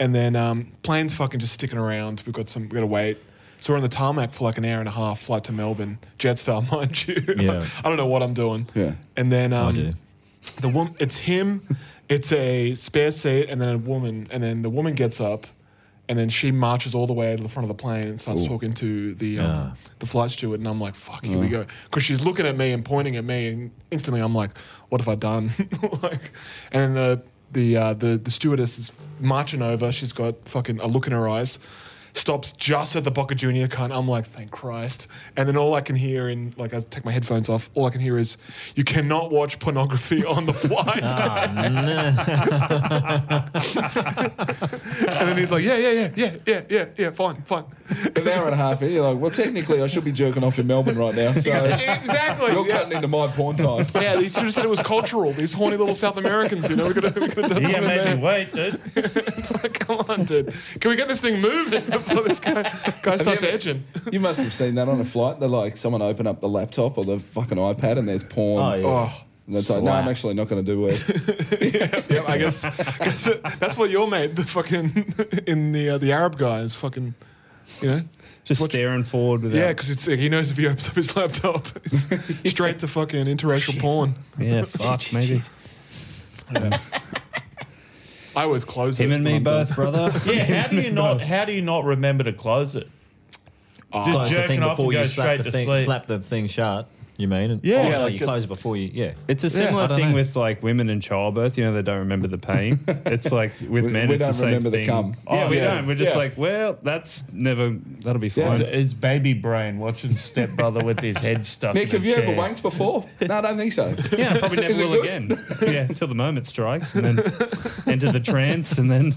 Speaker 6: and then um, planes fucking just sticking around. We've got some. We've got to wait. So we're on the tarmac for like an hour and a half flight to Melbourne, Jetstar, <laughs> mind you.
Speaker 8: Yeah.
Speaker 6: I don't know what I'm doing.
Speaker 7: Yeah.
Speaker 6: And then um,
Speaker 8: I do.
Speaker 6: the woman it's him it's a spare seat and then a woman and then the woman gets up and then she marches all the way to the front of the plane and starts talking to the um,
Speaker 8: Ah.
Speaker 6: the flight steward and I'm like fuck here we go because she's looking at me and pointing at me and instantly I'm like what have I done <laughs> like and then the the uh, the the stewardess is marching over she's got fucking a look in her eyes stops just at the Boca Junior cunt. I'm like, thank Christ. And then all I can hear in like I take my headphones off, all I can hear is you cannot watch pornography <laughs> on the flight. <laughs> and then he's like, Yeah, yeah, yeah, yeah, yeah, yeah, yeah, fine, fine.
Speaker 7: An hour and a half in, you're like, well, technically, I should be jerking off in Melbourne right now, so
Speaker 6: exactly.
Speaker 7: you're
Speaker 6: yeah.
Speaker 7: cutting into my porn time.
Speaker 6: Yeah, they should have said it was cultural. These horny little South Americans, you know, we could have, we could have done
Speaker 11: Yeah,
Speaker 6: something
Speaker 11: made
Speaker 6: there.
Speaker 11: me wait, dude.
Speaker 6: It's like, <laughs> come on, dude. Can we get this thing moving before this guy, guy starts
Speaker 7: ever-
Speaker 6: edging?
Speaker 7: You must have seen that on a flight. They're like, someone open up the laptop or the fucking iPad, and there's porn.
Speaker 8: Oh, yeah.
Speaker 6: Oh,
Speaker 7: And it's like, no, I'm
Speaker 8: Slap.
Speaker 7: actually not going to do work.
Speaker 6: yeah, I
Speaker 7: <laughs>
Speaker 6: guess, guess that's what your mate, the fucking <laughs> in the uh, the Arab guy is fucking, you know.
Speaker 5: Just staring forward without.
Speaker 6: Yeah, because it's he knows if he opens up his laptop, <laughs> it's straight to fucking interracial porn.
Speaker 5: yeah, fuck, maybe.
Speaker 6: I always close
Speaker 5: Him
Speaker 6: it
Speaker 5: and
Speaker 6: when
Speaker 5: me
Speaker 6: I'm done.
Speaker 5: both, brother.
Speaker 11: <laughs>
Speaker 5: <laughs>
Speaker 11: Yeah, how do you not how do you not remember to close it?
Speaker 8: Close
Speaker 11: Just
Speaker 8: the
Speaker 11: jerking
Speaker 8: Oh, thing
Speaker 11: off
Speaker 8: before
Speaker 11: and go
Speaker 8: you slap
Speaker 11: straight
Speaker 8: the
Speaker 11: to
Speaker 8: thing,
Speaker 11: sleep.
Speaker 8: slap the thing shut. You mean? And-
Speaker 11: Yeah.
Speaker 8: oh,
Speaker 11: Yeah,
Speaker 8: no,
Speaker 6: like
Speaker 8: you
Speaker 6: the-
Speaker 8: close it before you. Yeah.
Speaker 5: It's a similar
Speaker 8: I don't
Speaker 5: thing
Speaker 8: know.
Speaker 5: with like women in childbirth. You know, they don't remember the pain. It's like with
Speaker 7: We-
Speaker 5: men,
Speaker 7: we
Speaker 5: it's
Speaker 7: don't
Speaker 5: the same
Speaker 7: remember the
Speaker 5: thing.
Speaker 7: cum.
Speaker 5: Yeah,
Speaker 11: Oh,
Speaker 5: we
Speaker 11: yeah.
Speaker 5: don't. We're just
Speaker 7: Yeah.
Speaker 5: like, well, that's never. That'll be
Speaker 7: Yeah.
Speaker 5: fine.
Speaker 11: It's, it's baby brain watching stepbrother with his head stuck.
Speaker 7: Nick,
Speaker 11: in
Speaker 7: have
Speaker 11: a
Speaker 7: you
Speaker 11: chair.
Speaker 7: ever wanked before? No, I don't think so.
Speaker 5: Yeah, I probably never
Speaker 7: <laughs> Is it
Speaker 5: will
Speaker 7: good?
Speaker 5: again. Yeah, until the moment strikes, and then <laughs> enter the trance, and then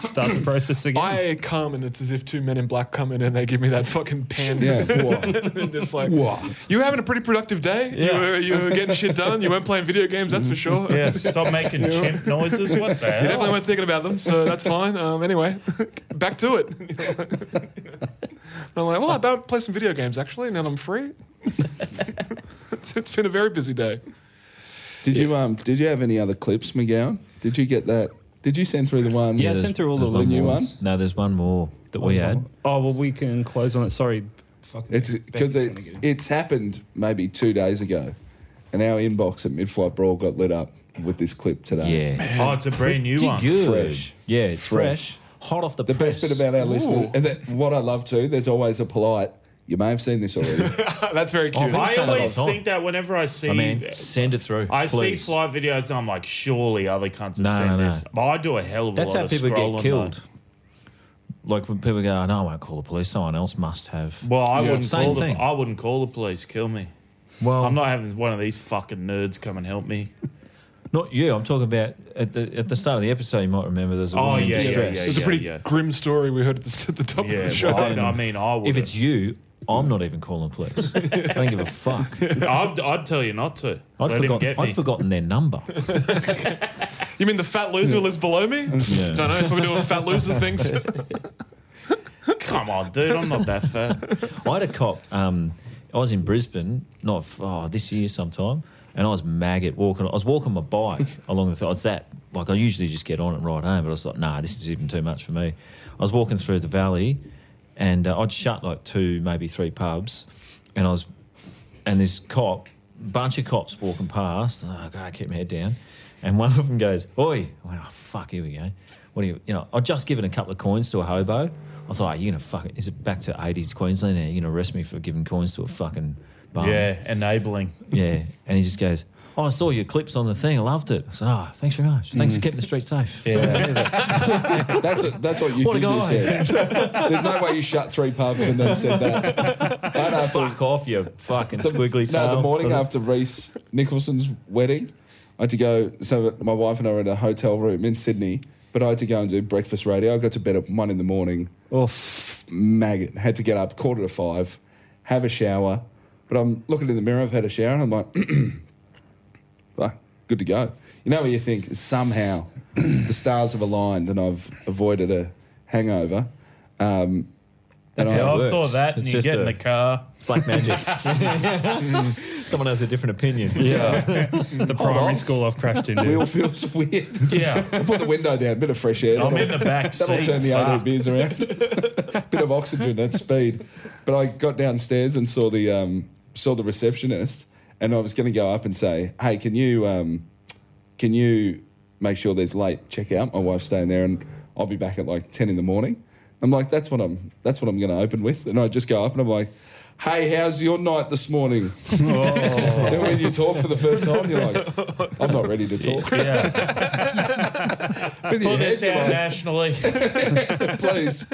Speaker 5: Start the process again.
Speaker 6: <laughs> I come and it's as if two men in black come in and they give me that fucking pan.
Speaker 7: <laughs> Yeah.
Speaker 6: <laughs> and just like, you were having a pretty productive day.
Speaker 11: Yeah.
Speaker 6: You, were, you were getting shit done. You weren't playing video games, that's for sure.
Speaker 11: Yeah, stop making
Speaker 7: <laughs>
Speaker 6: You-
Speaker 11: chimp noises. What the
Speaker 6: You definitely
Speaker 11: hell?
Speaker 6: weren't thinking about them, so that's fine. Um, anyway, back to it. I'm like, well, I about play some video games actually, now that I'm free. <laughs> it's been a very busy day.
Speaker 7: Did you um? Did you have any other clips, McGowan? Did you get that? Did you send through the one?
Speaker 5: Yeah, I sent through all the
Speaker 7: the
Speaker 5: links.
Speaker 7: new one.
Speaker 8: No, there's one more that we had.
Speaker 5: Oh well, we can close on it. Sorry, fucking.
Speaker 7: It's because
Speaker 5: Ben's
Speaker 7: it,
Speaker 5: gonna get it.
Speaker 7: it's happened maybe two days ago, and our inbox at Midflight Brawl got lit up with this clip today.
Speaker 8: Yeah.
Speaker 11: Oh, it's a brand new
Speaker 8: Pretty
Speaker 11: one.
Speaker 8: Good.
Speaker 7: Fresh.
Speaker 8: Yeah, it's
Speaker 7: Fresh.
Speaker 8: fresh. Hot off the,
Speaker 7: The
Speaker 8: press.
Speaker 7: best bit about our listeners, and that, what I love too, there's always a polite. You may have seen this
Speaker 8: <laughs>
Speaker 7: already.
Speaker 6: That's very cute.
Speaker 11: I
Speaker 8: Send it
Speaker 11: always
Speaker 8: all the time.
Speaker 11: think that whenever I see.
Speaker 8: I mean, send it through.
Speaker 11: I
Speaker 8: please.
Speaker 11: see flight videos and I'm like, surely other cunts have
Speaker 8: No,
Speaker 11: seen
Speaker 8: no, no.
Speaker 11: this. But I do a hell of a
Speaker 8: That's
Speaker 11: lot
Speaker 8: how
Speaker 11: of
Speaker 8: people get
Speaker 11: scrolling, though.
Speaker 8: killed. Like when people go, "Oh, no, I won't call the police. Someone else must have.
Speaker 11: Well, I
Speaker 8: Yeah.
Speaker 11: wouldn't
Speaker 8: Same
Speaker 11: call
Speaker 8: thing.
Speaker 11: the I wouldn't call the police. Kill me.
Speaker 8: Well,
Speaker 11: I'm not having one of these fucking nerds come and help me.
Speaker 8: Not you. I'm talking about at the at the start of the episode. You might remember there's a
Speaker 11: Oh,
Speaker 8: woman in
Speaker 11: yeah, yeah,
Speaker 8: distress.
Speaker 11: yeah,
Speaker 6: It was a
Speaker 11: yeah,
Speaker 6: pretty
Speaker 11: yeah.
Speaker 6: grim story we heard at the, at the top of
Speaker 11: Yeah,
Speaker 6: the show.
Speaker 11: well, I, I mean, I would.
Speaker 8: If it's you, I'm not even calling
Speaker 11: <laughs>
Speaker 8: police. I don't give a fuck.
Speaker 11: I'd, I'd tell you not to.
Speaker 8: I'd,
Speaker 11: Let him
Speaker 8: forgotten,
Speaker 11: get me.
Speaker 8: I'd forgotten their
Speaker 11: <laughs>
Speaker 8: number.
Speaker 6: You mean the fat loser lives below
Speaker 11: <laughs>
Speaker 6: me?
Speaker 8: Yeah.
Speaker 6: Don't know if we're doing fat loser things.
Speaker 11: Come on, dude. I'm not
Speaker 8: <laughs>
Speaker 11: that fat.
Speaker 8: I had a cop. Um, I was in Brisbane, not f- oh, this year sometime, and I was maggot walking. I was walking my
Speaker 11: <laughs>
Speaker 8: bike along the. Th- I was that like I usually just get on and ride home, but I was like, nah, this is even too much for me. I was walking through the valley, and uh, I'd shut like two, maybe three pubs, and I was, and this cop, bunch of cops walking past. And, oh, God, I kept my head down, and one of them goes, "Oi!" I went, "Oh fuck, here we go." What do you, you know? I'd just given a couple of coins to a hobo. I thought, oh, you're gonna fucking. Is it back to '80s Queensland? Now you're gonna arrest me for giving coins to a fucking bum?
Speaker 11: yeah, enabling.
Speaker 8: yeah. And he just goes, "Oh, I saw your clips on the thing. I loved it." I said, "Oh, thanks very much.
Speaker 7: Mm.
Speaker 8: Thanks for keeping the streets safe."
Speaker 7: That's what, that's what you
Speaker 8: What a
Speaker 7: think you
Speaker 8: guy.
Speaker 7: said. There's no way you shut three pubs and then said
Speaker 8: <laughs>
Speaker 7: that. But uh, after,
Speaker 8: <laughs> Fuck off, you fucking squiggly tail.
Speaker 7: no, the morning after Reese Nicholson's wedding, I had to go. So my wife and I were in a hotel room in Sydney, but I had to go and do breakfast radio. I got to bed at one in the morning.
Speaker 5: Oh, f-
Speaker 7: maggot. Had to get up quarter to five, have a shower. But I'm looking in the mirror, I've had a shower, and I'm like, <clears throat> fuck, good to go. You know what you think? Somehow <clears throat> the stars have aligned and I've avoided a hangover. Um, and
Speaker 11: Yeah,
Speaker 7: I-
Speaker 11: I thought that,
Speaker 8: It's
Speaker 11: and you
Speaker 8: just
Speaker 11: get
Speaker 8: a-
Speaker 11: in the car.
Speaker 8: Black magic. Someone has a different opinion.
Speaker 7: yeah, <laughs>
Speaker 5: the primary school I've crashed
Speaker 7: it
Speaker 5: into.
Speaker 7: all feels weird.
Speaker 11: Yeah,
Speaker 7: Put the window down, bit of fresh air.
Speaker 11: I'm
Speaker 7: that'll-
Speaker 11: in the back seat.
Speaker 7: That'll turn the
Speaker 11: Fuck.
Speaker 7: other beers around. <laughs>
Speaker 11: <laughs>
Speaker 7: Bit of oxygen at speed. But I got downstairs and saw the um, saw the receptionist, and I was going to go up and say, "Hey, can you um, can you make sure there's late checkout? My wife's staying there, and I'll be back at like ten in the morning." I'm like, "That's what I'm that's what I'm going to open with," and I just go up and I'm like. Hey, how's your night this
Speaker 11: <laughs>
Speaker 7: morning? <laughs> Then when you talk for the first time, you're like, I'm not ready to talk. <laughs>
Speaker 8: <laughs>
Speaker 11: Yeah,
Speaker 7: But in your
Speaker 11: pull this
Speaker 7: head, you're
Speaker 11: out
Speaker 7: like,
Speaker 11: nationally. <laughs>
Speaker 7: Please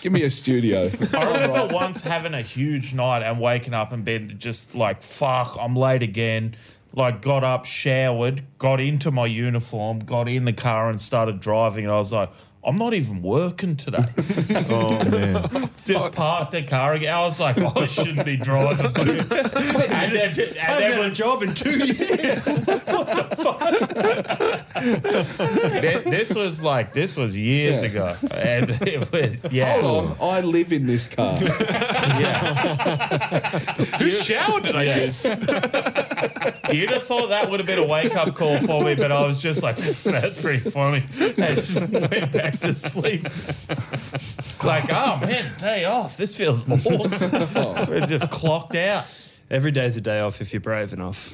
Speaker 7: give me a studio.
Speaker 11: I remember once having a huge night and waking up and being just like, fuck, I'm late again. Like, got up, showered, got into my uniform, got in the car and started driving. And I was like, I'm not even
Speaker 7: <laughs>
Speaker 11: working today.
Speaker 8: Oh man.
Speaker 11: Just parked the car again. I was like, oh, I shouldn't
Speaker 7: <laughs>
Speaker 11: be driving. dude." and then, just, and then was,
Speaker 5: job in two years.
Speaker 11: thi- this was like, this was years
Speaker 7: Yeah.
Speaker 11: ago. And it was,
Speaker 7: <laughs>
Speaker 11: yeah.
Speaker 7: Hold on, I live in this
Speaker 11: <laughs>
Speaker 7: car.
Speaker 11: Who showered did I use? You'd have thought that would have been a wake up call for me, but I was just like, that's pretty funny. And just went back to sleep. It's like, oh man, day off. This feels awesome.
Speaker 5: Oh.
Speaker 11: It just clocked out.
Speaker 5: Every day's a day off if you're brave enough.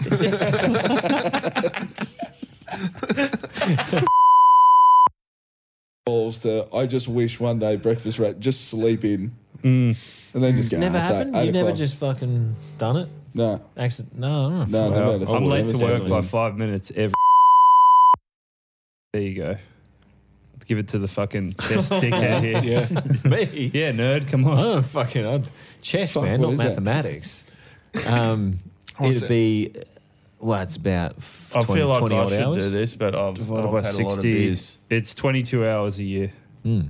Speaker 7: Balls to, I just wish one day breakfast rat just sleep in,
Speaker 11: Mm.
Speaker 7: and then just go.
Speaker 8: Never
Speaker 7: "Ah, it's eight-
Speaker 8: happened.
Speaker 7: eight
Speaker 8: You never
Speaker 7: o'clock."
Speaker 8: just fucking done it.
Speaker 7: no,
Speaker 8: Accident. No, no.
Speaker 7: no, no, no,
Speaker 5: I'm late to
Speaker 7: never
Speaker 5: work
Speaker 7: seen
Speaker 5: by
Speaker 7: it.
Speaker 5: five minutes every. There you go. Give it to the fucking chest dickhead here. Yeah.
Speaker 7: Yeah,
Speaker 8: Me.
Speaker 5: nerd, come
Speaker 8: I
Speaker 5: on.
Speaker 8: don't fucking i chess,
Speaker 7: Fuck,
Speaker 8: man,
Speaker 7: what
Speaker 8: not
Speaker 7: is that?
Speaker 8: mathematics. Um,
Speaker 6: What's
Speaker 8: it'd
Speaker 6: it?
Speaker 8: be well, it's about f-
Speaker 11: I
Speaker 8: 20,
Speaker 11: feel like
Speaker 8: 20
Speaker 11: I
Speaker 8: odd
Speaker 11: should
Speaker 8: hours.
Speaker 11: do this, but I've,
Speaker 5: Divided
Speaker 11: I've
Speaker 5: by
Speaker 11: had a lot of
Speaker 5: 60.
Speaker 11: beers.
Speaker 5: It's 22 hours a year.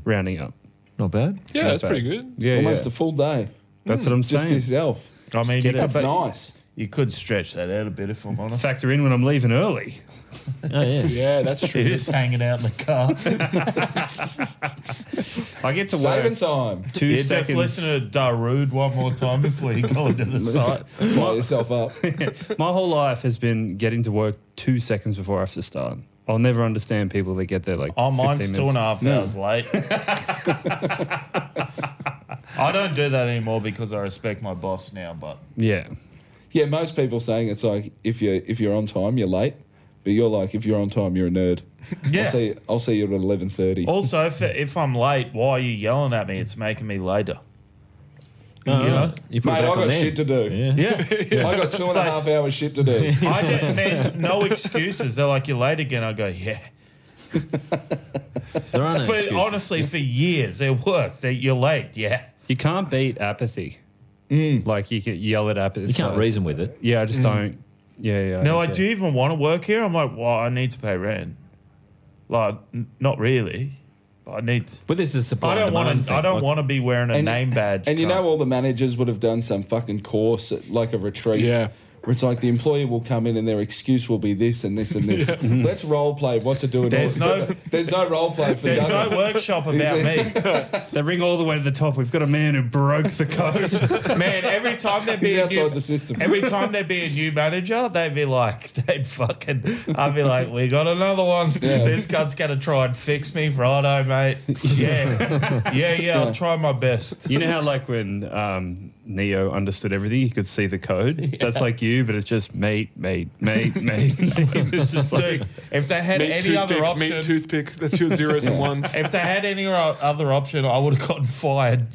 Speaker 5: rounding up.
Speaker 8: Not
Speaker 11: <laughs>
Speaker 8: bad.
Speaker 6: Yeah, that's pretty good.
Speaker 5: Yeah,
Speaker 7: Almost
Speaker 5: yeah.
Speaker 7: a full day.
Speaker 5: That's what I'm
Speaker 7: Just
Speaker 5: saying.
Speaker 7: himself.
Speaker 11: I mean,
Speaker 5: Get
Speaker 11: you
Speaker 5: it.
Speaker 11: could,
Speaker 7: That's
Speaker 11: but
Speaker 7: nice.
Speaker 11: you could stretch that out a bit if I'm honest.
Speaker 5: Factor in when I'm leaving
Speaker 11: <laughs>
Speaker 5: early.
Speaker 8: Oh, yeah.
Speaker 7: Yeah, that's
Speaker 11: You're
Speaker 7: true.
Speaker 11: just hanging out in the car.
Speaker 5: I get to work
Speaker 7: Saving
Speaker 11: <laughs>
Speaker 7: time.
Speaker 5: two
Speaker 11: Yeah,
Speaker 5: seconds.
Speaker 11: just listen to Darude one more time before you go
Speaker 5: <laughs>
Speaker 11: into the site.
Speaker 7: Fire yourself
Speaker 11: <laughs>
Speaker 7: up.
Speaker 5: My whole life has been getting to work two seconds before I have to start. I'll never understand people that get there like.
Speaker 11: Oh,
Speaker 5: 15
Speaker 11: mine's
Speaker 5: minutes.
Speaker 11: two and a half hours late. I don't do that anymore because I respect my boss now, but
Speaker 5: Yeah,
Speaker 7: Yeah, most people saying it's like if you if you're on time, you're late. But you're like, if you're on time, you're a nerd.
Speaker 11: Yeah.
Speaker 7: I'll see, I'll see you at eleven thirty.
Speaker 11: also if, if I'm late, why are you yelling at me? It's making me later.
Speaker 8: Oh,
Speaker 11: You know?
Speaker 8: right. You put
Speaker 7: Mate,
Speaker 8: it
Speaker 7: I
Speaker 8: up on
Speaker 7: got
Speaker 8: there.
Speaker 7: shit to do. <laughs>
Speaker 8: Yeah.
Speaker 7: I got two and a half hours shit to do.
Speaker 11: <laughs> I didn't mean no excuses. They're like, you're late again. I go, yeah.
Speaker 8: There are no
Speaker 11: For,
Speaker 8: excuses.
Speaker 11: honestly, for years it worked. That you're late. Yeah.
Speaker 5: you can't beat apathy. Like you can yell at apathy.
Speaker 8: you can't reason with it.
Speaker 5: Yeah, I just don't. Yeah, yeah.
Speaker 11: No,
Speaker 5: don't
Speaker 11: like,
Speaker 5: care.
Speaker 11: do you even want to work here? I'm like, well, I need to pay rent. Like, n- not really. But I need. To,
Speaker 8: But this is supply.
Speaker 11: I don't
Speaker 8: and
Speaker 11: want
Speaker 8: demand
Speaker 11: to. I
Speaker 8: thing.
Speaker 11: don't
Speaker 8: Like,
Speaker 11: want to be wearing a
Speaker 7: And-
Speaker 11: name badge.
Speaker 7: And you know,
Speaker 11: cunt.
Speaker 7: all the managers would have done some fucking course, at, like a retreat.
Speaker 6: Yeah.
Speaker 7: Where it's like the employee will come in and their excuse will be this and this and
Speaker 11: <laughs>
Speaker 7: this. Let's role play what to do. and
Speaker 11: There's
Speaker 7: all-
Speaker 11: no-
Speaker 7: there's no role play for
Speaker 11: There's
Speaker 7: Doug. <laughs>
Speaker 11: no workshop about me,
Speaker 5: They ring all the way to the top. We've got a man who broke the code.
Speaker 11: man. Every time there
Speaker 7: He's
Speaker 11: be a new,
Speaker 7: outside the system.
Speaker 11: every time there be a new manager, they'd be like, <laughs> they'd fucking. I'd be like, we got another one. This guy's gonna try and fix me, righto,
Speaker 7: <laughs>
Speaker 11: mate. Yeah, yeah, yeah. I'll try my
Speaker 5: <laughs>
Speaker 11: best. <laughs>
Speaker 5: you know how like when um, Neo understood everything, he could see the code. That's like you, but it's just mate, mate, <laughs> mate, mate. mate. It's just like
Speaker 11: Dude, if they had
Speaker 6: Meat
Speaker 11: <laughs> any
Speaker 6: toothpick,
Speaker 11: other
Speaker 6: meat
Speaker 11: option,
Speaker 6: toothpick. That's your zeros and ones.
Speaker 11: If they had any o- other option, I would have gotten fired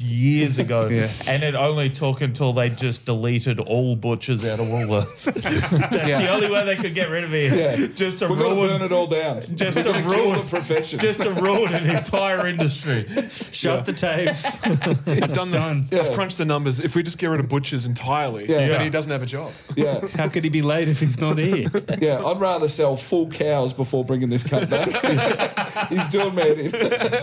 Speaker 5: <laughs>
Speaker 11: years ago. And it only took until they just deleted all butchers out
Speaker 5: <laughs>
Speaker 11: of Woolworths. That's the only way they could get rid of me. is Just to
Speaker 7: We're going to burn
Speaker 11: ruin.
Speaker 7: it all down.
Speaker 11: <laughs> Just
Speaker 7: We're
Speaker 11: to
Speaker 7: gonna kill
Speaker 11: ruin-
Speaker 7: the profession.
Speaker 11: <laughs> Just to ruin
Speaker 5: <laughs>
Speaker 11: an entire industry.
Speaker 5: shut the tapes.
Speaker 6: I've done,
Speaker 5: Done.
Speaker 6: The, I've crunched the numbers. If we just get rid of butchers entirely,
Speaker 7: Yeah.
Speaker 6: then he doesn't have a job.
Speaker 7: yeah,
Speaker 5: <laughs> how could he be late if he's not here?
Speaker 7: yeah. I'd rather sell full cows before bringing this cunt back. <laughs> He's doing me in.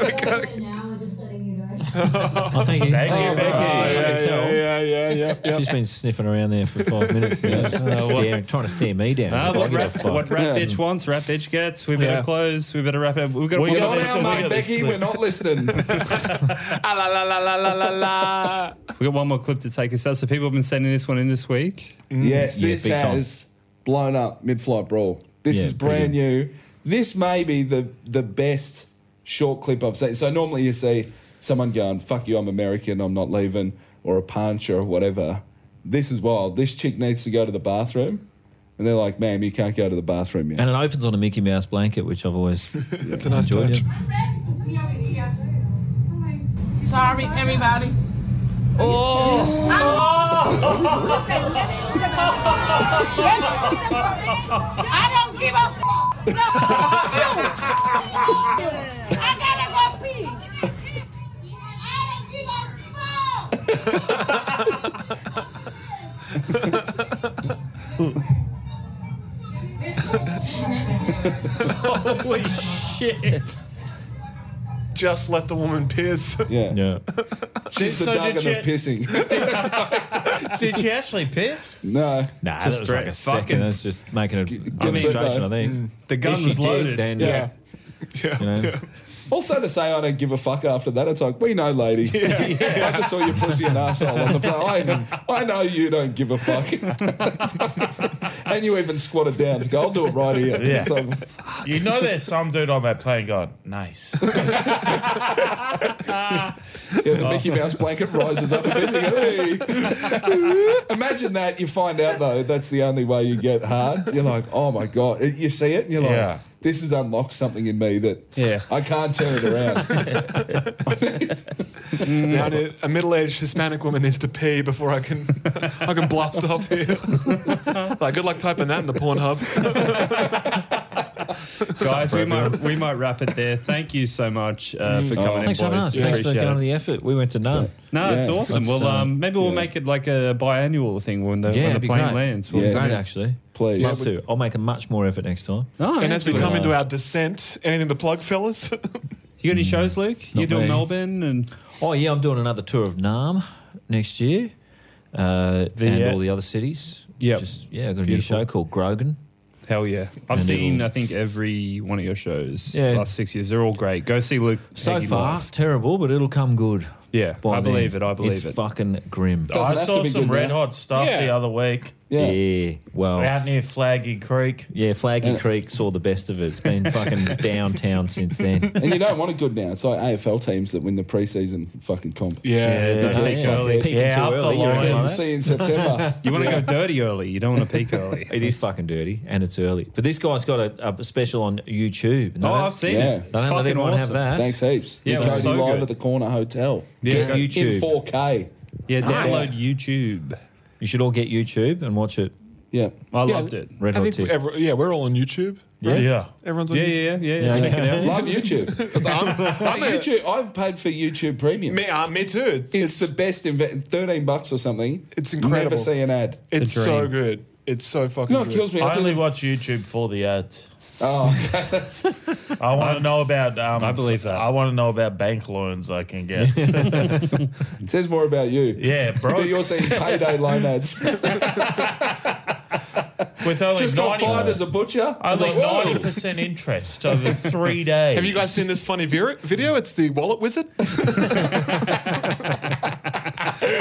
Speaker 14: now, I'm just letting you know.
Speaker 8: Oh, thank
Speaker 11: <laughs>
Speaker 8: you.
Speaker 11: Thank you, Becky.
Speaker 8: I can tell.
Speaker 5: Uh,
Speaker 6: yeah, yeah, yeah. yeah.
Speaker 8: She's been sniffing around there for five minutes now, just staring, trying to stare me down.
Speaker 5: Ah,
Speaker 8: It's like,
Speaker 5: what,
Speaker 8: I give
Speaker 5: rat,
Speaker 8: a fuck.
Speaker 5: what rat bitch wants, rat bitch gets. We better
Speaker 6: Yeah.
Speaker 5: close. We better wrap it up. We've got.
Speaker 11: We
Speaker 5: one
Speaker 11: got
Speaker 5: more-
Speaker 7: Not
Speaker 11: this
Speaker 7: our
Speaker 11: one, we
Speaker 7: mate
Speaker 11: got this
Speaker 7: Becky.
Speaker 11: clip.
Speaker 7: We're not listening.
Speaker 5: We got one more clip to take us out. So people have been sending this one in this week.
Speaker 7: Yes,
Speaker 8: Yeah,
Speaker 7: this
Speaker 8: big time.
Speaker 7: has blown up mid-flight brawl. This
Speaker 8: Yeah,
Speaker 7: is
Speaker 8: pretty
Speaker 7: brand new. This may be the the best short clip I've seen. So normally you see someone going, "Fuck you, I'm American, I'm not leaving," or a punch or whatever. This is wild. This chick needs to go to the bathroom, and they're like, "Ma'am, you can't go to the bathroom yet."
Speaker 8: And it opens on a Mickey Mouse blanket, which I've always
Speaker 6: That's a nice
Speaker 8: enjoyed.
Speaker 6: touch.
Speaker 8: yeah.
Speaker 10: Sorry, everybody. Oh. <laughs> I don't give a f- no, fuck you. I gotta go pee. I don't give a fuck.
Speaker 11: Holy shit.
Speaker 6: Just let the woman piss.
Speaker 7: Yeah,
Speaker 8: Yeah.
Speaker 7: she's the
Speaker 11: So
Speaker 7: Duggan
Speaker 11: did
Speaker 7: of
Speaker 11: you-
Speaker 7: pissing. <laughs>
Speaker 11: Did you actually piss?
Speaker 7: no,
Speaker 8: Nah,
Speaker 5: Just
Speaker 8: that was like
Speaker 5: straight
Speaker 8: a second.
Speaker 5: fucking-
Speaker 8: That's just making a
Speaker 7: I mean,
Speaker 8: demonstration, I think.
Speaker 5: The gun
Speaker 8: If she
Speaker 5: was
Speaker 8: did,
Speaker 5: loaded.
Speaker 8: then,
Speaker 7: yeah.
Speaker 8: yeah. You know,
Speaker 7: Also to say I don't give a fuck after that, it's like we know, lady. <laughs> I just saw your pussy and asshole on the
Speaker 11: <laughs>
Speaker 7: plane. I, I know you don't give a fuck, and you even squatted down to go. I'll do it right here.
Speaker 11: Yeah.
Speaker 7: It's like,
Speaker 11: You know there's some dude on that plane going,
Speaker 5: <laughs>
Speaker 11: nice.
Speaker 7: yeah, the Mickey Mouse blanket rises up. <laughs> A bit, you go, "Hey." Imagine that. You find out though that's the only way you get hard. You're like, oh my god. You see it, and you're like.
Speaker 11: Yeah.
Speaker 7: This has unlocked something in me that
Speaker 5: Yeah.
Speaker 7: I can't turn it
Speaker 11: <laughs>
Speaker 7: around.
Speaker 6: Now need- a middle-aged Hispanic woman needs to pee before I can <laughs> I can blast off here. <laughs> like, good luck typing that in the Pornhub.
Speaker 5: Guys, we might we might wrap it there. Thank you so much uh, for coming in,
Speaker 8: Mm. Oh, Thanks for
Speaker 5: boys.
Speaker 8: having us. Thanks for
Speaker 5: Appreciate
Speaker 8: going
Speaker 5: it.
Speaker 8: to the effort. We went to none.
Speaker 5: No, it's awesome.
Speaker 8: That's,
Speaker 5: Well, um,
Speaker 8: um,
Speaker 5: maybe we'll make it like a biannual thing when the,
Speaker 8: Yeah,
Speaker 5: when the
Speaker 8: it'd be
Speaker 5: plane
Speaker 8: great.
Speaker 5: lands. We'll
Speaker 7: Yeah.
Speaker 8: Great,
Speaker 7: Yes.
Speaker 8: actually.
Speaker 7: Please.
Speaker 8: Love to.
Speaker 6: Oh,
Speaker 8: I'll make a much more effort next time.
Speaker 5: No,
Speaker 6: and as we
Speaker 5: come,
Speaker 6: come into our descent, anything to plug, fellas?
Speaker 5: You got any shows, Luke?
Speaker 8: Mm. Not
Speaker 5: You're doing
Speaker 8: me.
Speaker 5: Melbourne and
Speaker 8: Oh yeah, I'm doing another tour of Nam next year, uh, and
Speaker 5: Viet.
Speaker 8: all the other cities.
Speaker 5: Yep.
Speaker 8: Just- yeah, I've got a new
Speaker 5: Beautiful.
Speaker 8: show called Grogan.
Speaker 5: Hell yeah! I've
Speaker 8: And
Speaker 5: seen I think every one of your shows
Speaker 8: Yeah.
Speaker 5: last six years. They're all great. Go see Luke.
Speaker 8: So
Speaker 5: Heggie
Speaker 8: far,
Speaker 5: live.
Speaker 8: terrible, but it'll come good.
Speaker 5: yeah,
Speaker 8: by
Speaker 5: I
Speaker 8: then.
Speaker 5: believe it. I believe
Speaker 8: it's
Speaker 5: it. Oh,
Speaker 8: fucking grim.
Speaker 11: I saw some red hot stuff
Speaker 6: Yeah.
Speaker 11: the other week.
Speaker 8: Yeah. Well,
Speaker 11: Out near Flaggy Creek.
Speaker 8: yeah, Flaggy Creek saw the best of it. It's been
Speaker 5: <laughs>
Speaker 8: fucking downtown since then.
Speaker 7: and you don't want it good now. It's like AFL teams that win the preseason fucking comp.
Speaker 5: Yeah,
Speaker 8: Yeah,
Speaker 5: don't
Speaker 8: yeah,
Speaker 5: peak
Speaker 8: yeah.
Speaker 5: early.
Speaker 8: Peaking Yeah, too up the early, you're line. right.
Speaker 7: See you in
Speaker 5: <laughs>
Speaker 7: September.
Speaker 5: You want to
Speaker 8: <laughs>
Speaker 5: go dirty early. You don't want to peak early.
Speaker 8: It is fucking dirty and it's early. But this guy's got a, a special on YouTube. They
Speaker 5: Oh,
Speaker 8: don't-
Speaker 5: I've seen
Speaker 7: Yeah.
Speaker 5: it.
Speaker 8: They
Speaker 5: It's
Speaker 8: don't let
Speaker 5: fucking
Speaker 8: everyone
Speaker 5: awesome.
Speaker 8: have that.
Speaker 7: Thanks heaps.
Speaker 5: Yeah,
Speaker 7: Yeah,
Speaker 5: it was
Speaker 7: Cody
Speaker 5: so
Speaker 7: live
Speaker 5: good.
Speaker 7: at the corner hotel.
Speaker 5: Yeah,
Speaker 8: Get
Speaker 5: go-
Speaker 7: In
Speaker 8: YouTube.
Speaker 7: 4K.
Speaker 5: Yeah,
Speaker 7: Nice.
Speaker 5: download YouTube.
Speaker 8: You should all get YouTube and watch it.
Speaker 7: Yeah.
Speaker 5: I
Speaker 6: Yeah.
Speaker 5: loved it.
Speaker 8: Red
Speaker 6: I
Speaker 8: Hot
Speaker 6: think
Speaker 8: Tip.
Speaker 6: every, yeah, we're all on YouTube.
Speaker 8: Yeah.
Speaker 11: Yeah.
Speaker 6: Everyone's on
Speaker 5: Yeah,
Speaker 6: YouTube.
Speaker 5: yeah, yeah, yeah. Check it out.
Speaker 7: Love
Speaker 6: <laughs>
Speaker 7: YouTube.
Speaker 6: 'Cause I'm,
Speaker 7: I'm YouTube. I paid for YouTube Premium.
Speaker 6: me, uh, me too. It's,
Speaker 7: it's, the best. Inve- Thirteen bucks or something.
Speaker 6: It's
Speaker 7: Never
Speaker 6: incredible.
Speaker 7: see an ad.
Speaker 6: it's
Speaker 5: dream.
Speaker 6: so good. It's so fucking
Speaker 7: No, it
Speaker 6: good.
Speaker 7: kills me.
Speaker 11: I
Speaker 7: I
Speaker 11: only
Speaker 7: did-
Speaker 11: watch YouTube for the ads.
Speaker 7: Oh,
Speaker 11: I want to know about. Um,
Speaker 5: I believe that.
Speaker 11: I want to know about bank loans I can get.
Speaker 7: it says more about you.
Speaker 11: yeah, bro.
Speaker 7: That you're seeing payday loan ads.
Speaker 11: With only
Speaker 7: Just got fired as
Speaker 11: ninety,
Speaker 7: a butcher. I was
Speaker 11: only
Speaker 7: like, whoa.
Speaker 11: ninety percent interest over three days.
Speaker 6: Have you guys seen this funny vir- video? It's the wallet <laughs> wizard.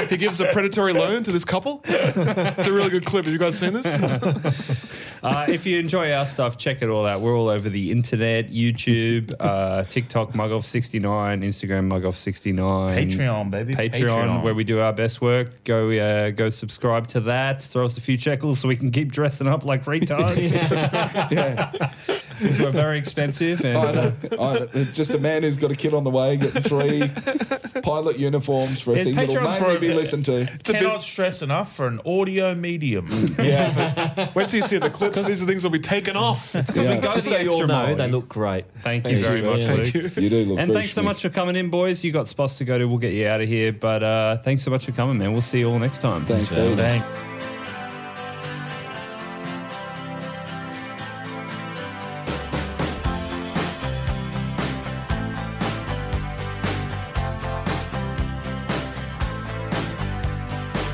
Speaker 6: he gives a predatory loan to this couple. It's a really good clip. Have you guys seen this?
Speaker 5: Uh, if you enjoy our stuff, check it all out. We're all over the internet, YouTube, uh, TikTok, Mugoff69, Instagram, Mugoff69.
Speaker 11: Patreon, baby.
Speaker 5: Patreon, where we do our best work. Go uh, go subscribe to that. Throw us a few shekels so we can keep dressing up like <laughs> retards. Because we're very expensive. And,
Speaker 7: I <laughs> know. I know. Just a man who's got a kid on the way getting three pilot uniforms for a
Speaker 5: Yeah,
Speaker 7: thing that'll
Speaker 5: Patreon's
Speaker 7: mainly
Speaker 5: for-
Speaker 7: be listened to.
Speaker 11: cannot stress enough for an audio medium.
Speaker 6: Yeah. Wait till you see the clips. These are things that will be taken off.
Speaker 5: we go
Speaker 8: Just
Speaker 5: the
Speaker 8: so you all
Speaker 5: extra
Speaker 8: know,
Speaker 5: mile.
Speaker 8: they look great.
Speaker 5: Thank you
Speaker 8: Thanks,
Speaker 5: very much,
Speaker 8: man.
Speaker 5: Luke.
Speaker 7: You do look
Speaker 5: And
Speaker 7: very
Speaker 5: thanks so
Speaker 7: schmick.
Speaker 5: much for coming in, boys. You got spots to go to. We'll get you out of here. But uh, thanks so much for coming, man. We'll see you all next time.
Speaker 7: Thanks, Dave.
Speaker 11: Thank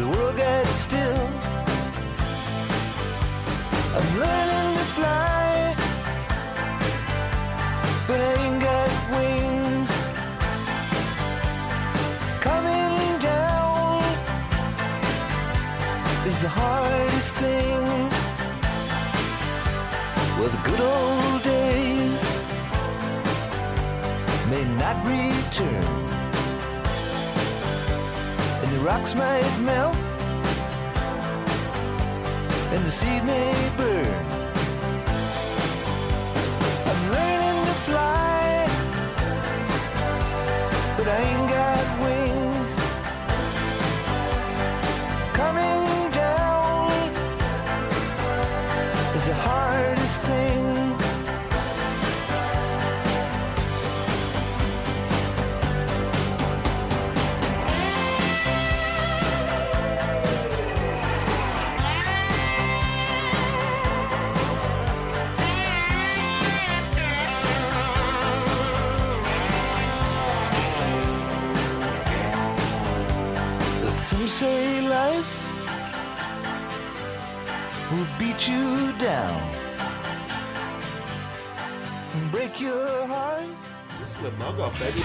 Speaker 12: The world gets still. I'm learning to fly, but I ain't got wings. Coming down is the hardest thing. Well, the good old days may not return and the rocks might melt, and the seed may burn. I'm learning to fly, but I ain't got wings. Coming down is the hardest thing. Some say life will beat you down and break your heart.
Speaker 4: This is the mug off, baby.